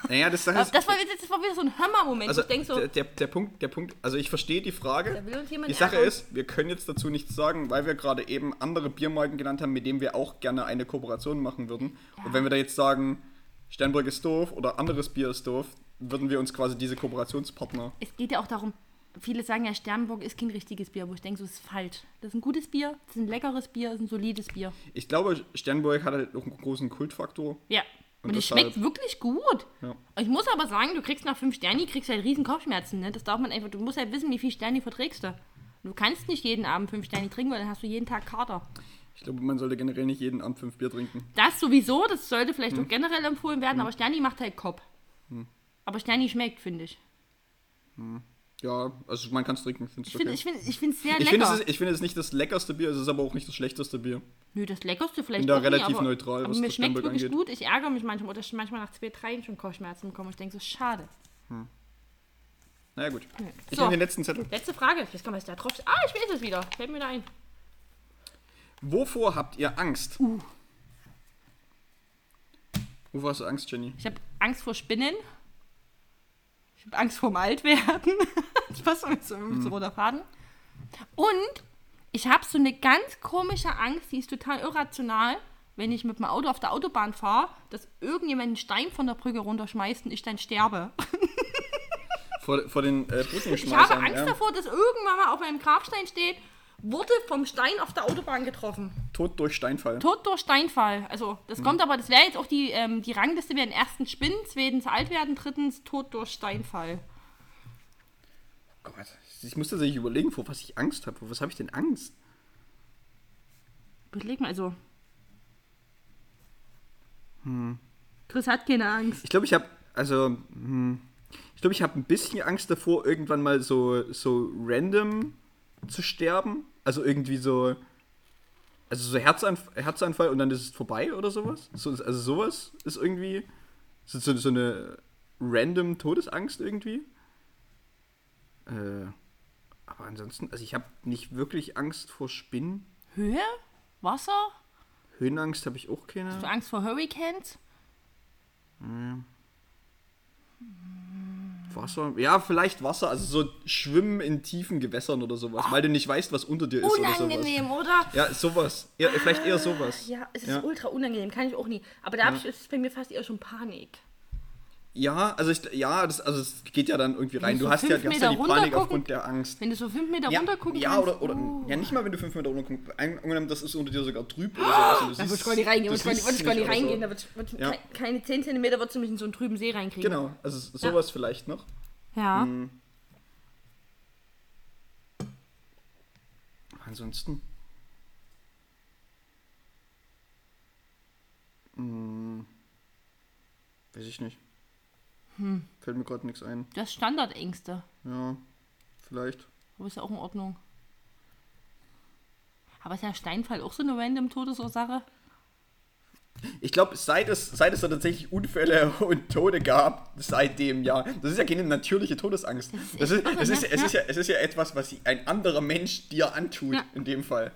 S1: Naja, das, Sache
S2: Das,
S1: ist,
S2: war, wieder- das war wieder so ein Hör-mal-Moment.
S1: also,
S2: ich denke so,
S1: der, der, der, Punkt, der Punkt, also ich verstehe die Frage.
S2: Da will uns jemand
S1: Die Sache
S2: ärgern.
S1: ist, wir können jetzt dazu nichts sagen, weil wir gerade eben andere Biermarken genannt haben, mit denen wir auch gerne eine Kooperation machen würden. Und wenn wir da jetzt sagen, Sternburg ist doof oder anderes Bier ist doof, würden wir uns quasi diese Kooperationspartner.
S2: es geht ja auch darum, viele sagen ja, Sternburg ist kein richtiges Bier, wo ich denke, so das ist falsch. Das ist ein gutes Bier, das ist ein leckeres Bier, das ist ein solides Bier.
S1: Ich glaube, Sternburg hat halt auch einen großen Kultfaktor.
S2: Ja. Und,
S1: Und
S2: es
S1: deshalb-
S2: schmeckt wirklich gut.
S1: Ja.
S2: Ich muss aber sagen, du kriegst nach fünf Sterni, kriegst halt riesen Kopfschmerzen. Ne? Das darf man einfach, du musst halt wissen, wie viel Sterni verträgst du. Und du kannst nicht jeden Abend fünf Sterni trinken, weil dann hast du jeden Tag Kater.
S1: Ich glaube, man sollte generell nicht jeden Abend fünf Bier trinken.
S2: Das sowieso, das sollte vielleicht
S1: Hm.
S2: auch generell empfohlen werden, aber Sterni macht halt Kopf. Aber Sterni schmeckt, finde ich.
S1: Ja, also man kann es trinken, find's
S2: Ich finde
S1: okay.
S2: es find, ich find's sehr
S1: Ich
S2: lecker.
S1: finde, es, ist- ich finde es ist nicht das leckerste Bier, es ist aber auch nicht das schlechteste Bier.
S2: Nö, das leckerste vielleicht.
S1: Bin da
S2: doch nie,
S1: relativ
S2: aber,
S1: neutral,
S2: aber
S1: was
S2: mir
S1: das
S2: schmeckt
S1: Sternburg
S2: wirklich
S1: angeht.
S2: gut. Ich ärgere mich manchmal, oder ich manchmal nach zwei, drei schon Kopfschmerzen bekomme. Ich denke so, schade.
S1: Naja, gut. Ich
S2: Hm. So.
S1: nehme den letzten Zettel.
S2: Letzte Frage. Ich weiß gar nicht, was da drauf ist. Ah, ich weiß es wieder. Fällt mir wieder ein.
S1: Wovor habt ihr Angst?
S2: Uh.
S1: Wovor hast du Angst, Jenny?
S2: Ich habe Angst vor Spinnen. Ich habe Angst vorm Altwerden. [laughs] Das passt mir so mhm. zu roter Faden. Und ich habe so eine ganz komische Angst, die ist total irrational, wenn ich mit dem Auto auf der Autobahn fahre, dass irgendjemand einen Stein von der Brücke runterschmeißt und ich dann sterbe.
S1: Vor, vor den äh,
S2: Ich habe
S1: Brückenschmeißern,
S2: Angst
S1: ja.
S2: davor, dass irgendwann mal auf meinem Grabstein steht, wurde vom Stein auf der Autobahn getroffen.
S1: Tod durch Steinfall.
S2: Tod durch Steinfall. Also, das kommt aber, das wäre jetzt auch die, ähm, die Rangliste, wären erstens Spinnen, zweitens Altwerden, drittens Tod durch Steinfall.
S1: Oh Gott, ich muss tatsächlich überlegen, vor was ich Angst habe. Vor was habe ich denn Angst?
S2: Überleg mal, also. Hm.
S1: Hm.
S2: Chris hat keine Angst.
S1: Ich glaube, ich habe, also, hm, ich glaube, ich habe ein bisschen Angst davor, irgendwann mal so, so random zu sterben. Also irgendwie so, also so Herzanf Herzanfall und dann ist es vorbei oder sowas. So, also sowas ist irgendwie so, so, so eine random Todesangst irgendwie. Äh, aber ansonsten, also ich habe nicht wirklich Angst vor Spinnen.
S2: Höhe? Wasser?
S1: Höhenangst habe ich auch
S2: Hast
S1: keine.
S2: du Angst vor Hurricanes?
S1: Wasser? Ja, vielleicht Wasser. Also so Schwimmen in tiefen Gewässern oder sowas, weil du nicht weißt, was unter dir ist oder sowas.
S2: Unangenehm, oder?
S1: Ja, sowas. Ja, vielleicht eher sowas.
S2: Ja, es ist
S1: Ja.
S2: ultra unangenehm, kann ich auch nie. Aber da hab ich, ist bei mir fast eher schon Panik.
S1: Ja, also ich, ja, das, also es geht ja dann irgendwie rein.
S2: du
S1: Du
S2: so
S1: hast ja,
S2: fünf
S1: du hast ja
S2: Meter
S1: die Panik
S2: runtergucken-
S1: aufgrund der Angst.
S2: Wenn du so fünf Meter
S1: Ja,
S2: runter gucken
S1: ja
S2: kannst.
S1: oder, oder
S2: uh.
S1: ja, nicht mal, wenn du fünf Meter runter guckst. Angenommen, das ist unter dir sogar trüb oder sowas. und du
S2: Da würde
S1: siehst-
S2: ich gar nicht reingehen,
S1: du
S2: würde ich gar nicht,
S1: siehst
S2: würd ich gar
S1: es
S2: nicht
S1: oder so.
S2: reingehen. Da würde ich, würd ich
S1: Ja.
S2: ke- keine 10 cm würdest du mich in so einen trüben See reinkriegen.
S1: Genau, Hm. also sowas vielleicht noch.
S2: Ja.
S1: Ansonsten. Hm. Weiß ich nicht. Fällt mir gerade nichts ein.
S2: Das Standardängste.
S1: Ja, vielleicht.
S2: Aber ist ja auch in Ordnung. Aber ist ja Steinfall auch so eine random Todesursache?
S1: Ich glaube, seit es, seit es da tatsächlich Unfälle [laughs] und Tode gab, seit dem Jahr, das ist ja keine natürliche Todesangst. Das ist, es, ist, es, ist ja, es ist ja etwas, was ein anderer Mensch dir antut,
S2: Ja.
S1: in dem Fall.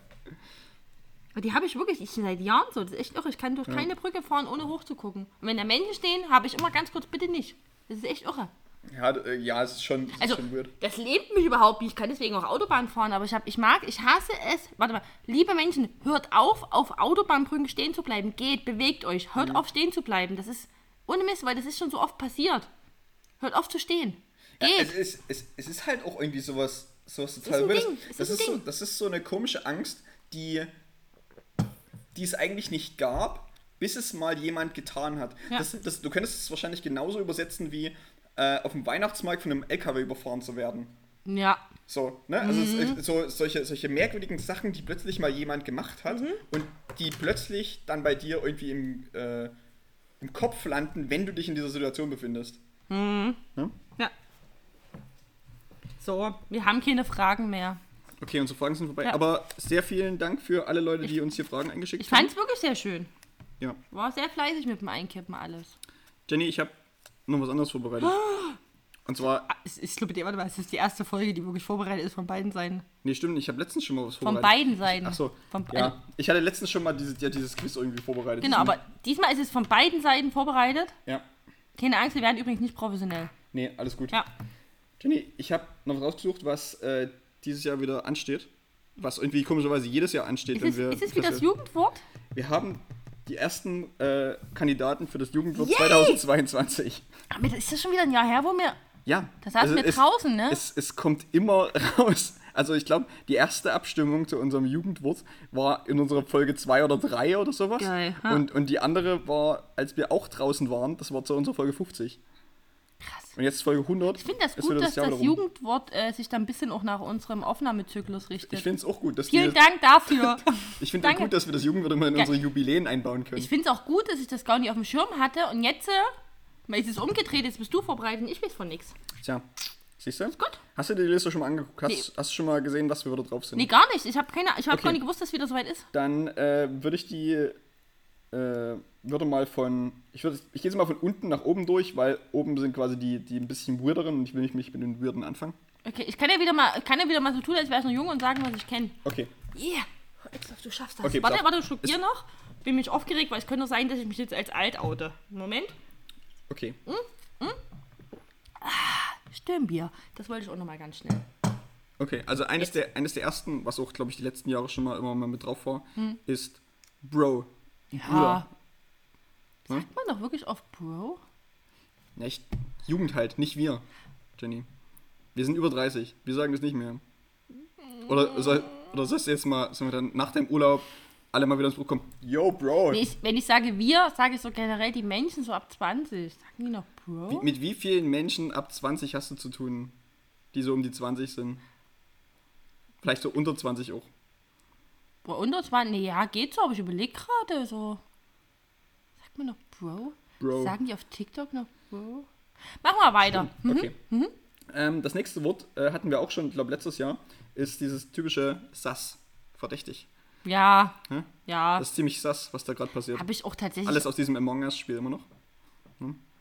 S2: Aber die habe ich wirklich ich, seit Jahren so. Das ist echt irre. Ich kann durch keine Brücke fahren, ohne hochzugucken. Und wenn da Menschen stehen, habe ich immer ganz kurz, bitte nicht. Das ist echt irre.
S1: Ja, d- äh, ja es ist schon, es
S2: Also,
S1: ist schon weird.
S2: das lebt mich überhaupt nicht. Ich kann deswegen auch Autobahn fahren, aber ich, hab, ich mag, ich hasse es. Warte mal, liebe Menschen, hört auf, auf Autobahnbrücken stehen zu bleiben. Geht, bewegt euch.
S1: Mhm.
S2: Hört auf, stehen zu bleiben. Das ist ohne Mist, weil das ist schon so oft passiert. Hört auf zu stehen.
S1: Ja,
S2: Geht.
S1: es, ist, es, es ist halt auch irgendwie sowas, sowas
S2: ist
S1: total
S2: ein
S1: Wildes.
S2: Ding, es
S1: Das ist,
S2: ist ein
S1: so,
S2: Ding.
S1: das ist so eine komische Angst, die, die es eigentlich nicht gab, bis es mal jemand getan hat.
S2: Ja.
S1: Das, das, du könntest es wahrscheinlich genauso übersetzen wie äh, auf dem Weihnachtsmarkt von einem LKW überfahren zu werden.
S2: ja.
S1: So, ne? Also
S2: Mhm.
S1: es, es- so, solche, solche merkwürdigen Sachen, die plötzlich mal jemand gemacht hat
S2: Mhm.
S1: und die plötzlich dann bei dir irgendwie im, äh, im Kopf landen, wenn du dich in dieser Situation befindest.
S2: Ja. So, wir haben keine Fragen mehr.
S1: Okay, unsere Fragen sind vorbei.
S2: Ja.
S1: Aber sehr vielen Dank für alle Leute, die uns hier Fragen eingeschickt
S2: Ich fand es wirklich sehr schön.
S1: Ja.
S2: War sehr fleißig mit dem Einkippen alles. [gasps]
S1: Jenny, ich habe noch was anderes vorbereitet. Und zwar,
S2: Ah, es- Ich glaube, die- warte mal, es ist die erste Folge, die wirklich vorbereitet ist von beiden Seiten.
S1: nee, stimmt, nicht, ich habe letztens schon mal was
S2: Von
S1: vorbereitet.
S2: beiden Seiten.
S1: Ach so,
S2: Von, also,
S1: ja. Ich hatte letztens schon mal dieses, ja, dieses Quiz irgendwie vorbereitet.
S2: genau,
S1: Diesen-
S2: aber diesmal ist es von beiden Seiten vorbereitet.
S1: Ja,
S2: Keine Angst, wir werden übrigens nicht professionell.
S1: nee, alles gut.
S2: Ja.
S1: Jenny, ich habe noch was rausgesucht, was äh, dieses Jahr wieder ansteht. Was irgendwie komischerweise jedes Jahr ansteht,
S2: Ist
S1: wenn
S2: es,
S1: wir.
S2: ist es wie das
S1: wir,
S2: Jugendwort?
S1: wir haben die ersten äh, Kandidaten für das Jugendwort
S2: Yay!
S1: 2022.
S2: Aber das Ah, ist das schon wieder ein Jahr her, wo wir.
S1: Ja. also
S2: Da saßen wir
S1: es,
S2: draußen, ne?
S1: Es, es kommt immer [laughs] raus. Also ich glaube, die erste Abstimmung zu unserem Jugendwort war in unserer Folge 2 oder 3 oder sowas.
S2: Geil, ha.
S1: und, und die andere war, als wir auch draußen waren, das war zu unserer Folge 50.
S2: Krass.
S1: Und jetzt ist Folge 100.
S2: Ich finde das
S1: Ist
S2: gut,
S1: wieder
S2: dass
S1: Jahr
S2: das
S1: wieder rum.
S2: Jugendwort äh, sich da ein bisschen auch nach unserem Aufnahmezyklus richtet.
S1: Ich finde es auch gut, dass wir,
S2: Vielen Dank dafür.
S1: ich finde auch
S2: Danke.
S1: gut, dass wir das Jugendwort immer in
S2: Ja.
S1: unsere Jubiläen einbauen können.
S2: ich finde es auch gut, dass ich das gar nicht auf dem Schirm hatte und jetzt, äh, weil es ist umgedreht, jetzt bist du vorbereitet und ich weiß von nichts.
S1: Tja, siehst du?
S2: gut.
S1: Hast du dir die Liste schon mal angeguckt? Hast,
S2: Nee.
S1: hast du schon mal gesehen, was wir da drauf sind?
S2: Nee, gar nicht. Ich habe keine, ich habe
S1: Okay.
S2: gar nicht gewusst, dass wieder soweit ist.
S1: Dann äh, würde ich die, äh, würde mal von, ich würde, ich gehe jetzt mal von unten nach oben durch, weil oben sind quasi die, die ein bisschen weirderen und ich will nicht mich mit den weirden anfangen.
S2: Okay, ich kann ja wieder mal, ich kann ja wieder mal so tun, als wäre ich noch jung und sagen, was ich kenne.
S1: Okay,
S2: Yeah. Etzlaff, du schaffst das.
S1: Okay, pass
S2: warte,
S1: auf.
S2: warte, ich schluck dir noch. Bin mich aufgeregt, weil es könnte sein, dass ich mich jetzt als alt oute. Moment.
S1: okay.
S2: Stirnbier. Das wollte ich auch nochmal ganz schnell.
S1: Okay, also eines der, eines der ersten, was auch, glaube ich, die letzten Jahre schon mal immer mal mit drauf war, ist Bro. Bruder. Hm?
S2: Sagt man doch wirklich oft Bro?
S1: Ja, ich, Jugend halt, nicht wir, Jenny. Wir sind über 30, wir sagen das nicht mehr. Oder, soll, oder sollst du jetzt mal, sollen wir dann nach dem Urlaub alle mal wieder ins Buch kommen? Yo, Bro!
S2: Nee, ich, wenn ich sage wir, sage ich so generell die Menschen so ab 20. Sagen die noch Bro?
S1: Wie, mit wie vielen Menschen ab 20 hast du zu tun, die so um die 20 sind? Vielleicht so unter 20 auch.
S2: Bro, unter 20? Nee, ja, geht so, aber ich überlege gerade so. Sagt man noch Bro?
S1: Bro.
S2: Sagen die auf TikTok noch Bro? Machen wir weiter.
S1: Okay. Ähm, das nächste Wort äh, hatten wir auch schon, ich glaube, letztes Jahr, ist dieses typische Sass. Verdächtig.
S2: Ja,
S1: Hm?
S2: ja.
S1: Das ist ziemlich sass, was da gerade passiert.
S2: Habe ich auch tatsächlich.
S1: Alles aus diesem Among Us-Spiel immer noch.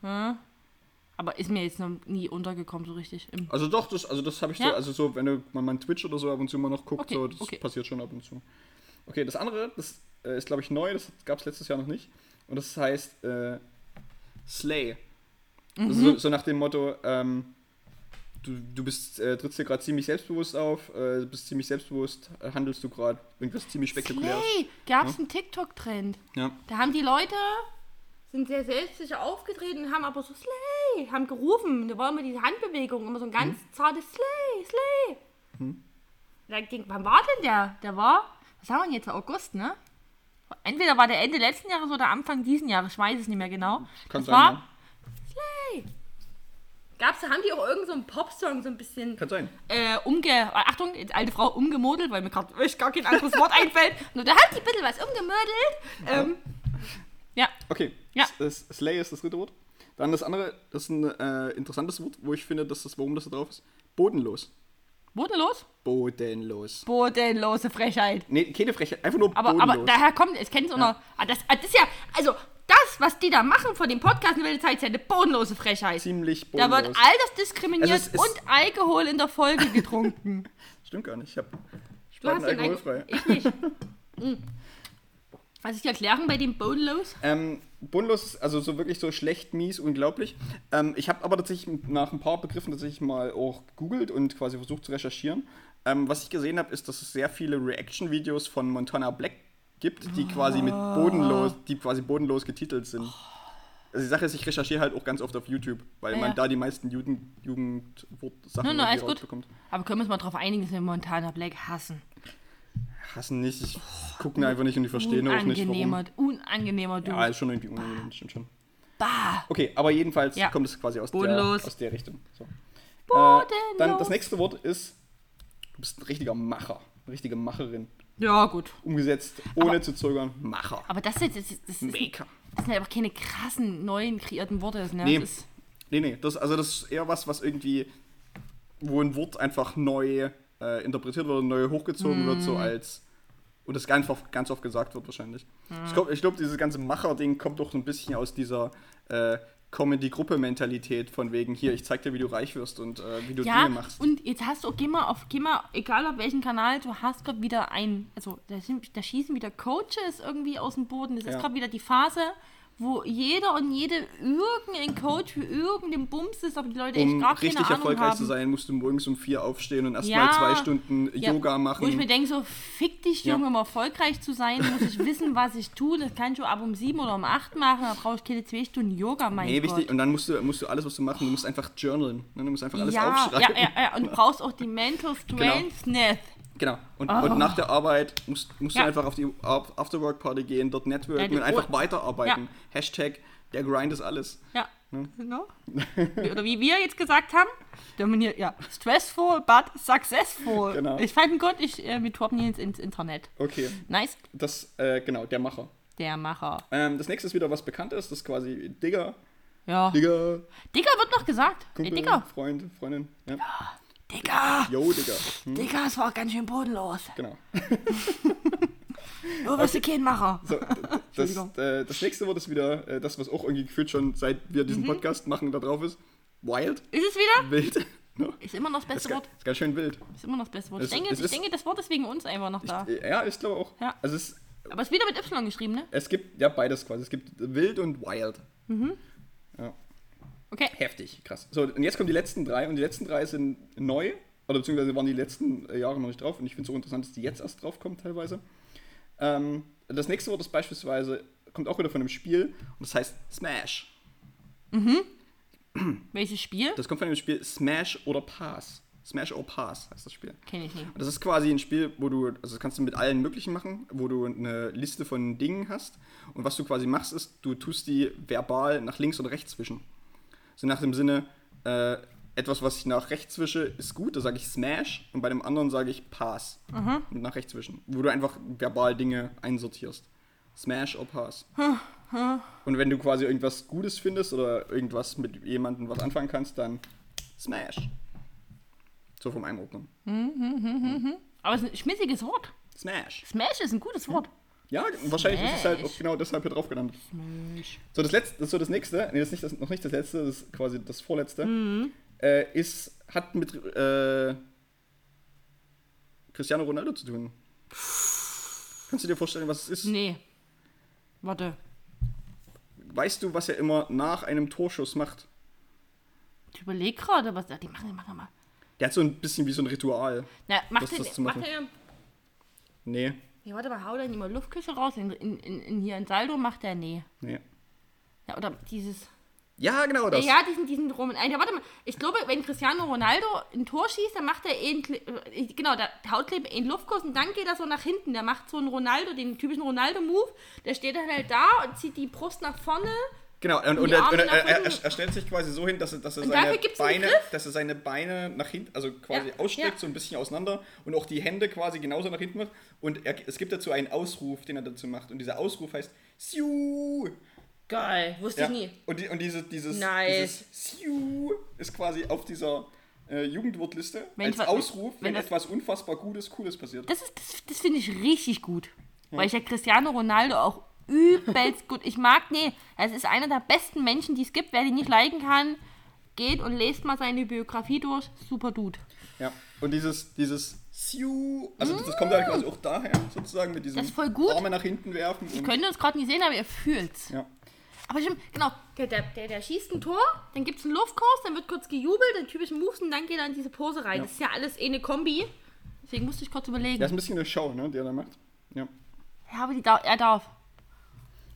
S2: Aber ist mir jetzt noch nie untergekommen so richtig. Im
S1: Also doch, das, also das habe ich so,
S2: Ja.
S1: also so, wenn du mal meinen Twitch oder so ab und zu mal noch guckt,
S2: Okay,
S1: so, das
S2: okay.
S1: passiert schon ab und zu. Okay, das andere, das äh, ist glaube ich neu, das gab es letztes Jahr noch nicht. Und das heißt äh, Slay. Also
S2: Mhm.
S1: so, so nach dem Motto, ähm, du, du bist, äh, trittst dir gerade ziemlich selbstbewusst auf, äh, bist ziemlich selbstbewusst, äh, handelst du gerade irgendwas ziemlich spektakuläres.
S2: Slay! Gab
S1: Hm?
S2: es einen TikTok-Trend?
S1: Ja.
S2: Da haben die Leute, sind sehr selbstsicher aufgetreten, haben aber so Slay, haben gerufen. Da war immer diese Handbewegung, immer so ein ganz zartes Slay, Slay. Hm. Da ging, wann war denn der? Der war, was haben wir denn jetzt, August, ne? Entweder war der Ende letzten Jahres oder Anfang diesen Jahres, ich weiß es nicht mehr genau.
S1: Kann
S2: das
S1: sein,
S2: war
S1: ja.
S2: Slay. Gab's, da haben die auch irgendeinen so einen Popsong so ein bisschen
S1: Kann sein.
S2: äh, umge... Achtung, jetzt alte Frau umgemodelt, weil mir gerade echt gar kein anderes Wort [laughs] einfällt. Nur da hat die bitte was umgemodelt. Ähm, ja.
S1: Okay.
S2: Ja.
S1: S- S- Slay ist das dritte Wort. Dann das andere, das ist ein äh, interessantes Wort, wo ich finde, dass das, warum das da drauf ist. Bodenlos.
S2: Bodenlos?
S1: Bodenlos.
S2: Bodenlose Frechheit.
S1: Nee, keine Frechheit, einfach nur
S2: Aber,
S1: bodenlos.
S2: aber daher kommt, es kennt so noch. Ah, das, ah, das ist ja, also das, was die da machen von dem Podcast in der Zeit, ist ja eine bodenlose Frechheit.
S1: Ziemlich
S2: da
S1: bodenlos.
S2: wird all das diskriminiert
S1: Also es ist-
S2: und Alkohol in der Folge getrunken.
S1: [laughs] Stimmt gar nicht, ich hab
S2: du
S1: Spaten
S2: hast den
S1: alkoholfrei.
S2: Alkohol. Ich nicht. Mm. Was ist die Erklärung bei dem Bodenlos?
S1: Ähm, bodenlos ist also so wirklich so schlecht, mies, unglaublich. Ähm, ich habe aber tatsächlich nach ein paar Begriffen tatsächlich mal auch gegoogelt und quasi versucht zu recherchieren. Ähm, was ich gesehen habe, ist, dass es sehr viele Reaction-Videos von Montana Black gibt, die quasi mit bodenlos, die quasi bodenlos getitelt sind. Also die Sache ist, ich recherchiere halt auch ganz oft auf YouTube, weil
S2: Ja,
S1: man
S2: Ah ja.
S1: da die meisten Jugend Jugendwortsachen
S2: Nein, nein,
S1: irgendwie
S2: alles gut.
S1: rausbekommt.
S2: Aber können wir uns mal darauf einigen, dass wir Montana Black hassen?
S1: Hassen nicht, ich gucke mir einfach nicht und ich verstehe auch nicht, warum.
S2: unangenehmer, unangenehmer Dude.
S1: Ja, also- ist schon irgendwie unangenehm, stimmt schon.
S2: bah!
S1: Okay, aber jedenfalls
S2: Ja.
S1: kommt es quasi aus, der,
S2: Bodenlos.
S1: aus der Richtung. So. Äh,
S2: Bodenlos.
S1: dann das nächste Wort ist, du bist ein richtiger Macher, eine richtige Macherin.
S2: Ja, gut.
S1: Umgesetzt, ohne zu zögern, Macher.
S2: Aber das, jetzt, das, ist- das, ist,
S1: Maker.
S2: das sind einfach keine krassen, neuen, kreierten Worte. Ne?
S1: Nee.
S2: Das ist,
S1: Nee, nee, das, also das ist eher was, was irgendwie, wo ein Wort einfach neu äh, interpretiert wird, neu hochgezogen wird,
S2: Hm.
S1: so als, und das ganz oft, ganz oft
S2: Hm.
S1: gesagt wird wahrscheinlich. Ich glaube, ich glaub, dieses ganze Macher-Ding kommt doch so ein bisschen aus dieser, äh, Comedy-Gruppe-Mentalität von wegen hier, ich zeig dir, wie du reich wirst und äh, wie du
S2: Ja,
S1: Dinge machst.
S2: und jetzt hast du, geh mal auf, geh mal, egal auf welchen Kanal, du hast gerade wieder ein, also da, sind, da schießen wieder Coaches irgendwie aus dem Boden. Das
S1: Ja.
S2: ist gerade wieder die Phase, wo jeder und jede irgendein Coach für irgendeinen Bums ist, aber die Leute echt
S1: Um
S2: gar keine
S1: richtig
S2: Ahnung
S1: erfolgreich
S2: haben.
S1: zu sein, musst du morgens um vier aufstehen und erstmal
S2: Ja.
S1: zwei Stunden
S2: Ja,
S1: Yoga machen.
S2: Wo ich mir denke, so, fick dich,
S1: Ja.
S2: Junge, um erfolgreich zu sein, muss
S1: [laughs]
S2: ich wissen, was ich tue. Das kann ich schon ab um sieben oder um acht machen, da brauche ich keine zwei Stunden Yoga, mein
S1: Nee,
S2: Gott.
S1: wichtig. Und dann musst du, musst du alles, was du machen, du musst einfach journalen. Ne? Du musst einfach alles
S2: ja, ja,
S1: aufschreiben.
S2: ja, ja, und du brauchst auch
S1: [laughs]
S2: die Mental Strength nicht.
S1: Genau. Und, und nach der Arbeit musst, musst
S2: Ah. Ja.
S1: du einfach auf die Ab- Afterwork-Party gehen, dort networken
S2: Ja, die-
S1: und einfach
S2: oh.
S1: weiterarbeiten. Hashtag, der Grind ist alles.
S2: Ja,
S1: [laughs]
S2: genau. Wie- Oder wie wir jetzt gesagt haben, dominiert, ja, stressful but successful.
S1: Genau.
S2: Ich fand Gott, ich, äh, wir droppen ihn jetzt ins Internet.
S1: Okay,
S2: Nice,
S1: das, äh, genau, der Macher.
S2: der Macher.
S1: Ähm, das nächste ist wieder was Bekanntes, das ist quasi Digger,
S2: Ja.
S1: Digger,
S2: Digga wird noch gesagt. Ey,
S1: Kumpel,
S2: Digga.
S1: Freund, Freundin. Ja.
S2: Digga.
S1: Yo, Digga.
S2: Digga, es war ganz schön bodenlos.
S1: Genau.
S2: Du wirst okay. kein Macher.
S1: So, d- das,
S2: Entschuldigung.
S1: äh, das nächste Wort ist wieder äh, das, was auch irgendwie gefühlt schon seit wir
S2: Mhm.
S1: diesen Podcast machen, da drauf ist. Wild.
S2: Ist es wieder?
S1: Wild. [laughs] No.
S2: Ist immer noch das
S1: Ist,
S2: beste
S1: ga-
S2: Wort.
S1: ist ganz schön wild.
S2: Ist immer noch das beste Wort.
S1: Es-
S2: ich denke,
S1: es
S2: ich
S1: ist-
S2: denke, das Wort ist wegen uns einfach noch da.
S1: Ja, ich glaube auch.
S2: Ja.
S1: Also es,
S2: Aber es wird ja mit Y geschrieben, ne?
S1: es gibt ja beides quasi. Es gibt wild und wild.
S2: Okay.
S1: Heftig, krass. So, und jetzt kommen die letzten drei. Und die letzten drei sind neu. Oder beziehungsweise waren die letzten äh, Jahre noch nicht drauf. Und ich finde es auch interessant, dass die jetzt erst drauf kommen teilweise. Ähm, das nächste Wort ist beispielsweise, kommt auch wieder von einem Spiel. Und das heißt Smash.
S2: Welches Spiel?
S1: Das kommt von dem Spiel Smash oder Pass. Smash or Pass heißt das Spiel.
S2: Kenne ich nicht.
S1: Und das ist quasi ein Spiel, wo du, also das kannst du mit allen möglichen machen, wo du eine Liste von Dingen hast. Und was du quasi machst, ist, du tust die verbal nach links oder rechts wischen. So nach dem Sinne, äh, etwas, was ich nach rechts wische, ist gut, da sage ich Smash. Und bei dem anderen sage ich Pass. Und nach rechts wischen. Wo du einfach verbal Dinge einsortierst. Smash or Pass. Und wenn du quasi irgendwas Gutes findest oder irgendwas mit jemandem was anfangen kannst, dann Smash. So vom Einordnen.
S2: Aber es ist ein schmissiges Wort.
S1: Smash.
S2: Smash ist ein gutes Wort.
S1: Ja, wahrscheinlich ist es halt
S2: Smash.
S1: auch genau deshalb hier drauf gelandet.
S2: Smash.
S1: So, das letzte, das- so das nächste, nee, das ist nicht das, noch nicht das letzte, das ist quasi das vorletzte,
S2: Mhm.
S1: äh, ist, hat mit äh, Cristiano Ronaldo zu tun. Kannst du dir vorstellen, was es ist?
S2: Nee. Warte.
S1: Weißt du, was er immer nach einem Torschuss macht?
S2: Ich überlege gerade, was. Die machen, die machen mal.
S1: Der hat so ein bisschen wie so ein Ritual.
S2: Na,
S1: Was
S2: macht
S1: ist
S2: ihr.
S1: das zu
S2: Macht
S1: machen?
S2: ihr.
S1: Nee,
S2: Ja, warte mal, hau dann immer Luftküche raus. In, in, in, in, hier in Saldo macht er nee.
S1: nee.
S2: Ja, oder dieses.
S1: Ja, genau das.
S2: Ja, diesen, diesen Rum. Nein, ja, warte mal. Ich glaube, wenn Cristiano Ronaldo ein Tor schießt, dann macht er eh einen, Kle- äh, genau, der Hautklebe in Luftkuss und dann geht er so nach hinten. Der macht so einen Ronaldo, den typischen Ronaldo-Move. Der steht dann halt da und zieht die Brust nach vorne.
S1: Genau, und, und,
S2: die
S1: er,
S2: Arme
S1: und er,
S2: nach
S1: er,
S2: unten.
S1: er, er stellt sich quasi so hin, dass er, dass er,
S2: Und
S1: seine,
S2: dafür gibt's einen
S1: Beine,
S2: Griff?
S1: dass er seine Beine nach hinten, also quasi
S2: Ja,
S1: ausstreckt,
S2: ja.
S1: so ein bisschen auseinander und auch die Hände quasi genauso nach hinten macht. Und er, es gibt dazu einen Ausruf, den er dazu macht. Und dieser Ausruf heißt Siu!
S2: Geil, wusste
S1: Ja.
S2: ich nie.
S1: Und, die, und diese, dieses,
S2: Nice.
S1: dieses Siu ist quasi auf dieser äh, Jugendwortliste
S2: Wenn
S1: als
S2: etwas-
S1: Ausruf, wenn,
S2: wenn das-
S1: etwas unfassbar Gutes, Cooles passiert.
S2: Das, ist- das, das finde ich richtig gut. Weil ich ja Cristiano Ronaldo auch übelst gut. Ich mag, nee, es ist einer der besten Menschen, die es gibt. Wer den nicht leiden kann, geht und lest mal seine Biografie durch. Super Dude.
S1: Ja. Und dieses, dieses Siu, also das, das kommt halt quasi auch daher, sozusagen mit diesem
S2: Mm. Das ist voll gut.
S1: Arme nach hinten werfen. Und,
S2: Könnt ihr uns gerade nicht sehen, aber ihr fühlt's.
S1: ja.
S2: Aber stimmt, genau, der, der, der, der schießt ein Tor, dann gibt's einen Luftkurs, dann wird kurz gejubelt, den typischen Moves und dann geht er in diese Pose rein.
S1: Ja.
S2: Das ist ja alles eh eine Kombi. Deswegen musste ich kurz überlegen.
S1: Ja, ist ein bisschen eine Show, ne, die er da macht. Ja,
S2: Ja, aber die da, er darf.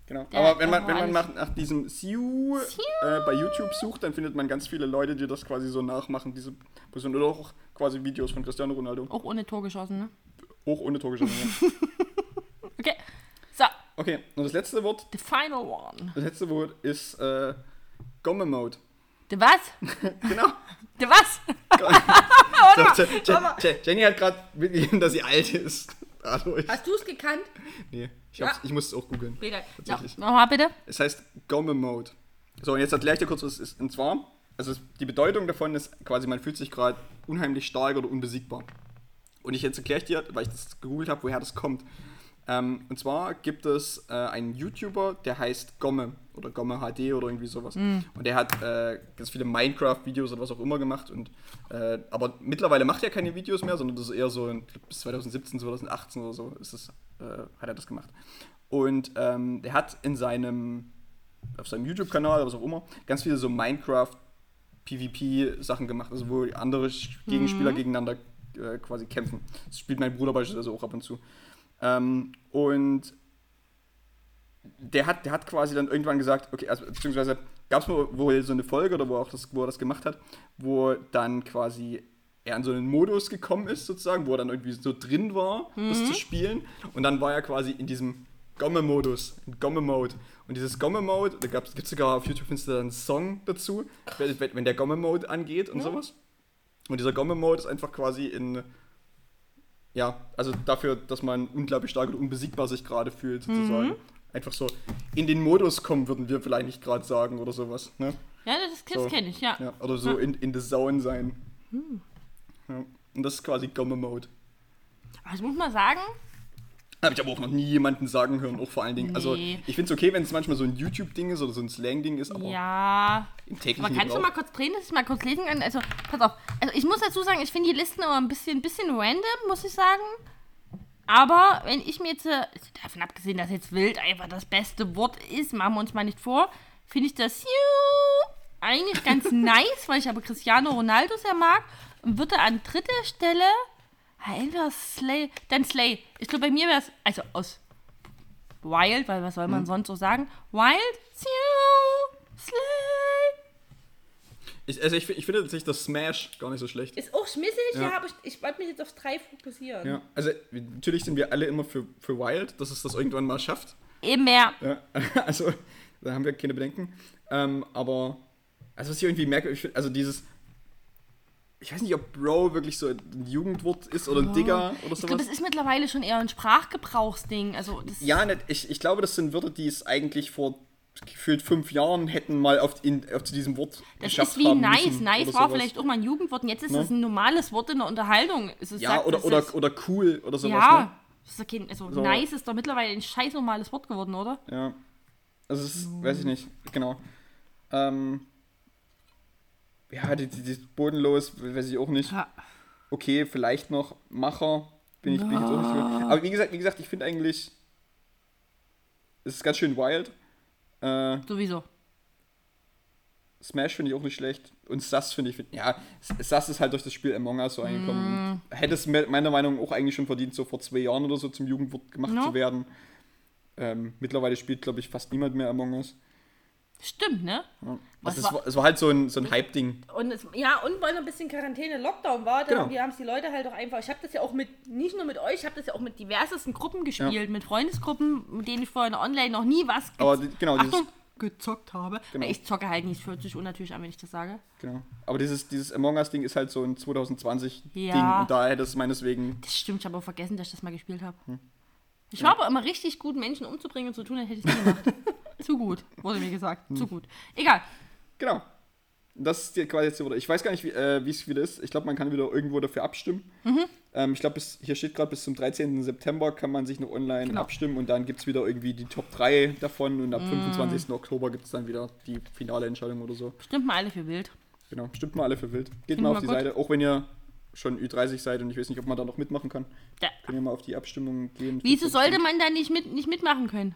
S1: genau.
S2: Der
S1: Aber wenn man,
S2: hat
S1: wenn man
S2: alles.
S1: nach, nach diesem Siu
S2: Siu.
S1: äh, bei YouTube sucht, dann findet man ganz viele Leute, die das quasi so nachmachen, diese Position. Oder auch quasi Videos von Cristiano Ronaldo.
S2: Auch ohne Tor geschossen, ne?
S1: Hoch ohne Tor
S2: [laughs]
S1: geschossen. ja.
S2: Okay, so,
S1: Okay, und das letzte Wort,
S2: the final one.
S1: das letzte Wort ist äh, Gomme
S2: [laughs]
S1: Mode.
S2: The was?
S1: Genau. [laughs]
S2: The was?
S1: So, Je- Je- Je- Jenny hat gerade mitgegeben, dass sie alt ist. [laughs] Dadurch.
S2: Hast du es gekannt?
S1: Nee, ich, hab's,
S2: Ja.
S1: ich musste es auch googeln.
S2: Peter, ja,
S1: Tatsächlich.
S2: nochmal bitte.
S1: Es heißt Gomme Mode. So, und jetzt erkläre ich dir kurz, was es ist. Und zwar, also es- die Bedeutung davon ist quasi, man fühlt sich gerade unheimlich stark oder unbesiegbar. Und ich jetzt erkläre ich dir, weil ich das gegoogelt habe, woher das kommt. Ähm, und zwar gibt es äh, einen YouTuber, der heißt Gomme oder Gomme HD oder irgendwie sowas. Und der hat äh, ganz viele Minecraft-Videos oder was auch immer gemacht. Und, äh, aber mittlerweile macht er keine Videos mehr, sondern das ist eher so in, ich glaub, bis 2017, 2018 oder so ist es, äh, hat er das gemacht. Und ähm, der hat in seinem, auf seinem YouTube-Kanal, was auch immer, ganz viele so Minecraft PvP-Sachen gemacht, also wo andere Sch- Gegenspieler gegeneinander äh, quasi kämpfen. Das spielt mein Bruder beispielsweise auch ab und zu. Ähm, und der hat, der hat quasi dann irgendwann gesagt, okay, also beziehungsweise gab es wohl so eine Folge oder wo, auch das, wo er das gemacht hat, wo dann quasi er in so einen Modus gekommen ist, sozusagen, wo er dann irgendwie so drin war, das zu spielen. Und dann war er quasi in diesem Gomme-Modus, in Gomme-Mode. Und dieses Gomme-Mode, da gibt es sogar auf YouTube findest du da einen Song dazu, wenn, wenn- wenn der Gomme-Mode angeht und sowas. Und dieser Gomme-Mode ist einfach quasi in ja, also dafür, dass man unglaublich stark und unbesiegbar sich gerade fühlt,
S2: Mhm.
S1: sozusagen. Einfach so in den Modus kommen, würden wir vielleicht nicht gerade sagen oder sowas. Ne?
S2: Ja, das, das
S1: So.
S2: kenne ich, ja. Hm.
S1: Ja, oder so in, in the Zone sein. Ja. Und das ist quasi Gomme-Mode.
S2: Aber ich muss mal sagen,
S1: Habe ich aber auch noch nie jemanden sagen hören, auch vor allen Dingen. Also,
S2: Nee.
S1: ich finde es okay, wenn es manchmal so ein YouTube-Ding ist oder so ein Slang-Ding ist, aber
S2: ja.
S1: im täglichen
S2: Aber kannst du mal
S1: Gebrauch-
S2: kurz drehen, dass ich mal kurz lesen kann? Also, pass auf. Also, ich muss dazu sagen, ich finde die Listen immer ein bisschen, bisschen random, muss ich sagen. Aber wenn ich mir jetzt, äh, also davon abgesehen, dass jetzt wild einfach das beste Wort ist, machen wir uns mal nicht vor, finde ich das juhu, eigentlich ganz nice, weil ich aber Cristiano Ronaldo sehr mag und würde an dritter Stelle ah, entweder Slay, dann Slay. Ich glaube, bei mir wäre es, also aus Wild, weil was soll man sonst so sagen? Wild, juhu, Slay.
S1: ich, also ich, fi- ich finde tatsächlich das Smash gar nicht so schlecht.
S2: Ist auch schmissig,
S1: Ja.
S2: ja, aber ich, ich wollte mich jetzt auf drei fokussieren.
S1: Ja. Also, natürlich sind wir alle immer für, für Wild, dass es das irgendwann mal schafft.
S2: Eben mehr.
S1: Ja, [laughs] also da haben wir keine Bedenken. Ähm, aber, also was ich irgendwie merke, ich find, also dieses, ich weiß nicht, ob Bro wirklich so ein Jugendwort ist oder ein Digger oder
S2: Ich glaube,
S1: sowas.
S2: das ist mittlerweile schon eher ein Sprachgebrauchsding. Also das
S1: Ja, ne, ich, ich glaube, das sind Wörter, die es eigentlich vor gefühlt fünf Jahren hätten mal auf, in, auf zu diesem Wort
S2: Das
S1: geschafft
S2: ist wie
S1: haben
S2: nice.
S1: müssen
S2: nice
S1: oder
S2: war
S1: sowas.
S2: vielleicht auch mal ein Jugendwort und jetzt ist
S1: Ne?
S2: es ein normales Wort in der Unterhaltung. Es ist,
S1: Ja,
S2: sagt-
S1: oder,
S2: es
S1: oder,
S2: ist,
S1: oder cool oder sowas.
S2: ja.
S1: Ne?
S2: Das ist doch kein, also
S1: So.
S2: nice ist doch mittlerweile ein scheiß normales Wort geworden, oder?
S1: Ja. Also es ist, weiß ich nicht, genau. Ähm, ja, die, die, die bodenlos, weiß ich auch nicht.
S2: Ja.
S1: Okay, vielleicht noch Macher. Bin ich, bin ich jetzt auch nicht so. Aber wie gesagt, wie gesagt, ich finde eigentlich, es ist ganz schön wild. Äh,
S2: Sowieso.
S1: Smash finde ich auch nicht schlecht. Und Sass finde ich, find, ja, Sass ist halt durch das Spiel Among Us so eingekommen. Und Hätte es me- meiner Meinung nach auch eigentlich schon verdient, so vor zwei Jahren oder so zum Jugendwort gemacht
S2: No.
S1: zu werden. Ähm, mittlerweile spielt, glaube ich, fast niemand mehr Among Us.
S2: Stimmt, ne? Was
S1: Also
S2: war-
S1: es, war, es war halt so ein, so ein Hype-Ding.
S2: Und es, ja, und weil noch ein bisschen Quarantäne, Lockdown war, dann
S1: Genau.
S2: irgendwie haben es die Leute halt auch einfach. Ich habe das ja auch mit, nicht nur mit euch, ich habe das ja auch mit diversesten Gruppen gespielt, mit Freundesgruppen, mit denen ich vorher online noch nie was ge
S1: Aber die, genau, dieses,
S2: Achtung, gezockt habe.
S1: Genau.
S2: Weil ich zocke halt nicht, fühlt sich unnatürlich an, wenn ich das sage.
S1: genau. Aber dieses, dieses Among Us-Ding ist halt so ein 2020-Ding.
S2: Ja.
S1: Und da hätte es meineswegen.
S2: Das stimmt, ich habe aber vergessen, dass ich das mal gespielt habe.
S1: Hm.
S2: Ich war aber immer richtig gut, Menschen umzubringen und zu tun, als hätte ich es nie
S1: [laughs]
S2: gemacht. Zu gut, wurde mir
S1: Hm.
S2: gesagt. Zu gut. Egal.
S1: Genau. Das ist die- quasi jetzt wieder. Ich weiß gar nicht, wie äh, wie es wieder ist. Ich glaube, man kann wieder irgendwo dafür abstimmen.
S2: Mhm.
S1: Ähm, ich glaube, hier steht gerade bis zum 13. September kann man sich noch online
S2: Genau. Mhm.
S1: abstimmen und dann gibt es wieder irgendwie die Top 3 davon und ab 25. Oktober gibt es dann wieder die finale Entscheidung oder so.
S2: Stimmt mal alle für wild.
S1: Genau, stimmt mal alle für wild. Geht
S2: Finden
S1: mal auf
S2: wir
S1: die
S2: gut.
S1: Seite, auch wenn ihr schon Ü30 seid und ich weiß nicht, ob man da noch mitmachen kann.
S2: Da.
S1: Können wir mal auf die Abstimmung gehen.
S2: Wieso sollte man da nicht, mit, nicht mitmachen können?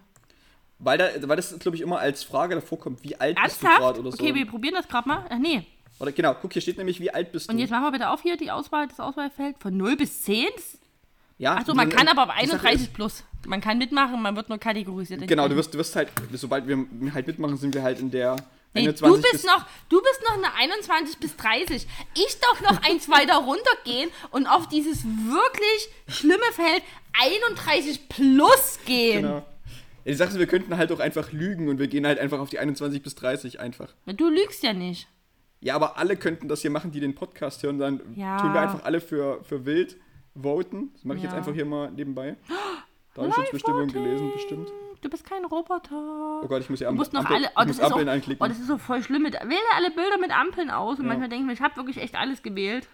S1: Weil, da, weil das, glaube ich, immer als Frage davor kommt, wie alt bist du
S2: Ernsthaft?
S1: gerade oder so.
S2: Okay, wir probieren das gerade mal. Ach nee.
S1: Oder genau, guck, hier steht nämlich, wie alt bist
S2: Und
S1: du.
S2: jetzt machen wir bitte auf hier die Auswahl, das Auswahlfeld von 0 bis 10.
S1: ja,
S2: Achso, man kann aber ab
S1: die Sache
S2: 31 plus. Man kann mitmachen, man wird nur kategorisiert.
S1: Ist, genau, du wirst, du wirst halt, sobald wir halt mitmachen, sind wir halt in der
S2: Nee,
S1: 21
S2: du bist
S1: bis-
S2: noch, du bist noch eine 21 bis 30. Ich doch noch eins weiter runtergehen und auf dieses wirklich schlimme Feld 31 plus gehen.
S1: Genau. Ja, Die Sache ist, wir könnten halt auch einfach lügen und wir gehen halt einfach auf die 21 bis 30 einfach.
S2: Na, Du lügst ja nicht.
S1: Ja, aber alle könnten das hier machen, die den Podcast hören. Dann
S2: Ja.
S1: tun wir einfach alle für, für wild voten. Das mache ich
S2: Ja.
S1: jetzt einfach hier mal nebenbei. Da habe ich jetzt Bestimmung gelesen, bestimmt.
S2: Du bist kein Roboter.
S1: Oh Gott, ich muss ja
S2: Du
S1: am-
S2: musst noch
S1: Ampel-
S2: alle.
S1: ich
S2: Oh, das,
S1: muss
S2: ist auch,
S1: Ampeln
S2: oh,
S1: anklicken.
S2: das ist so voll schlimm. Mit, wähle alle Bilder mit Ampeln aus. Und manchmal denke ich mir, ich habe wirklich echt alles gewählt.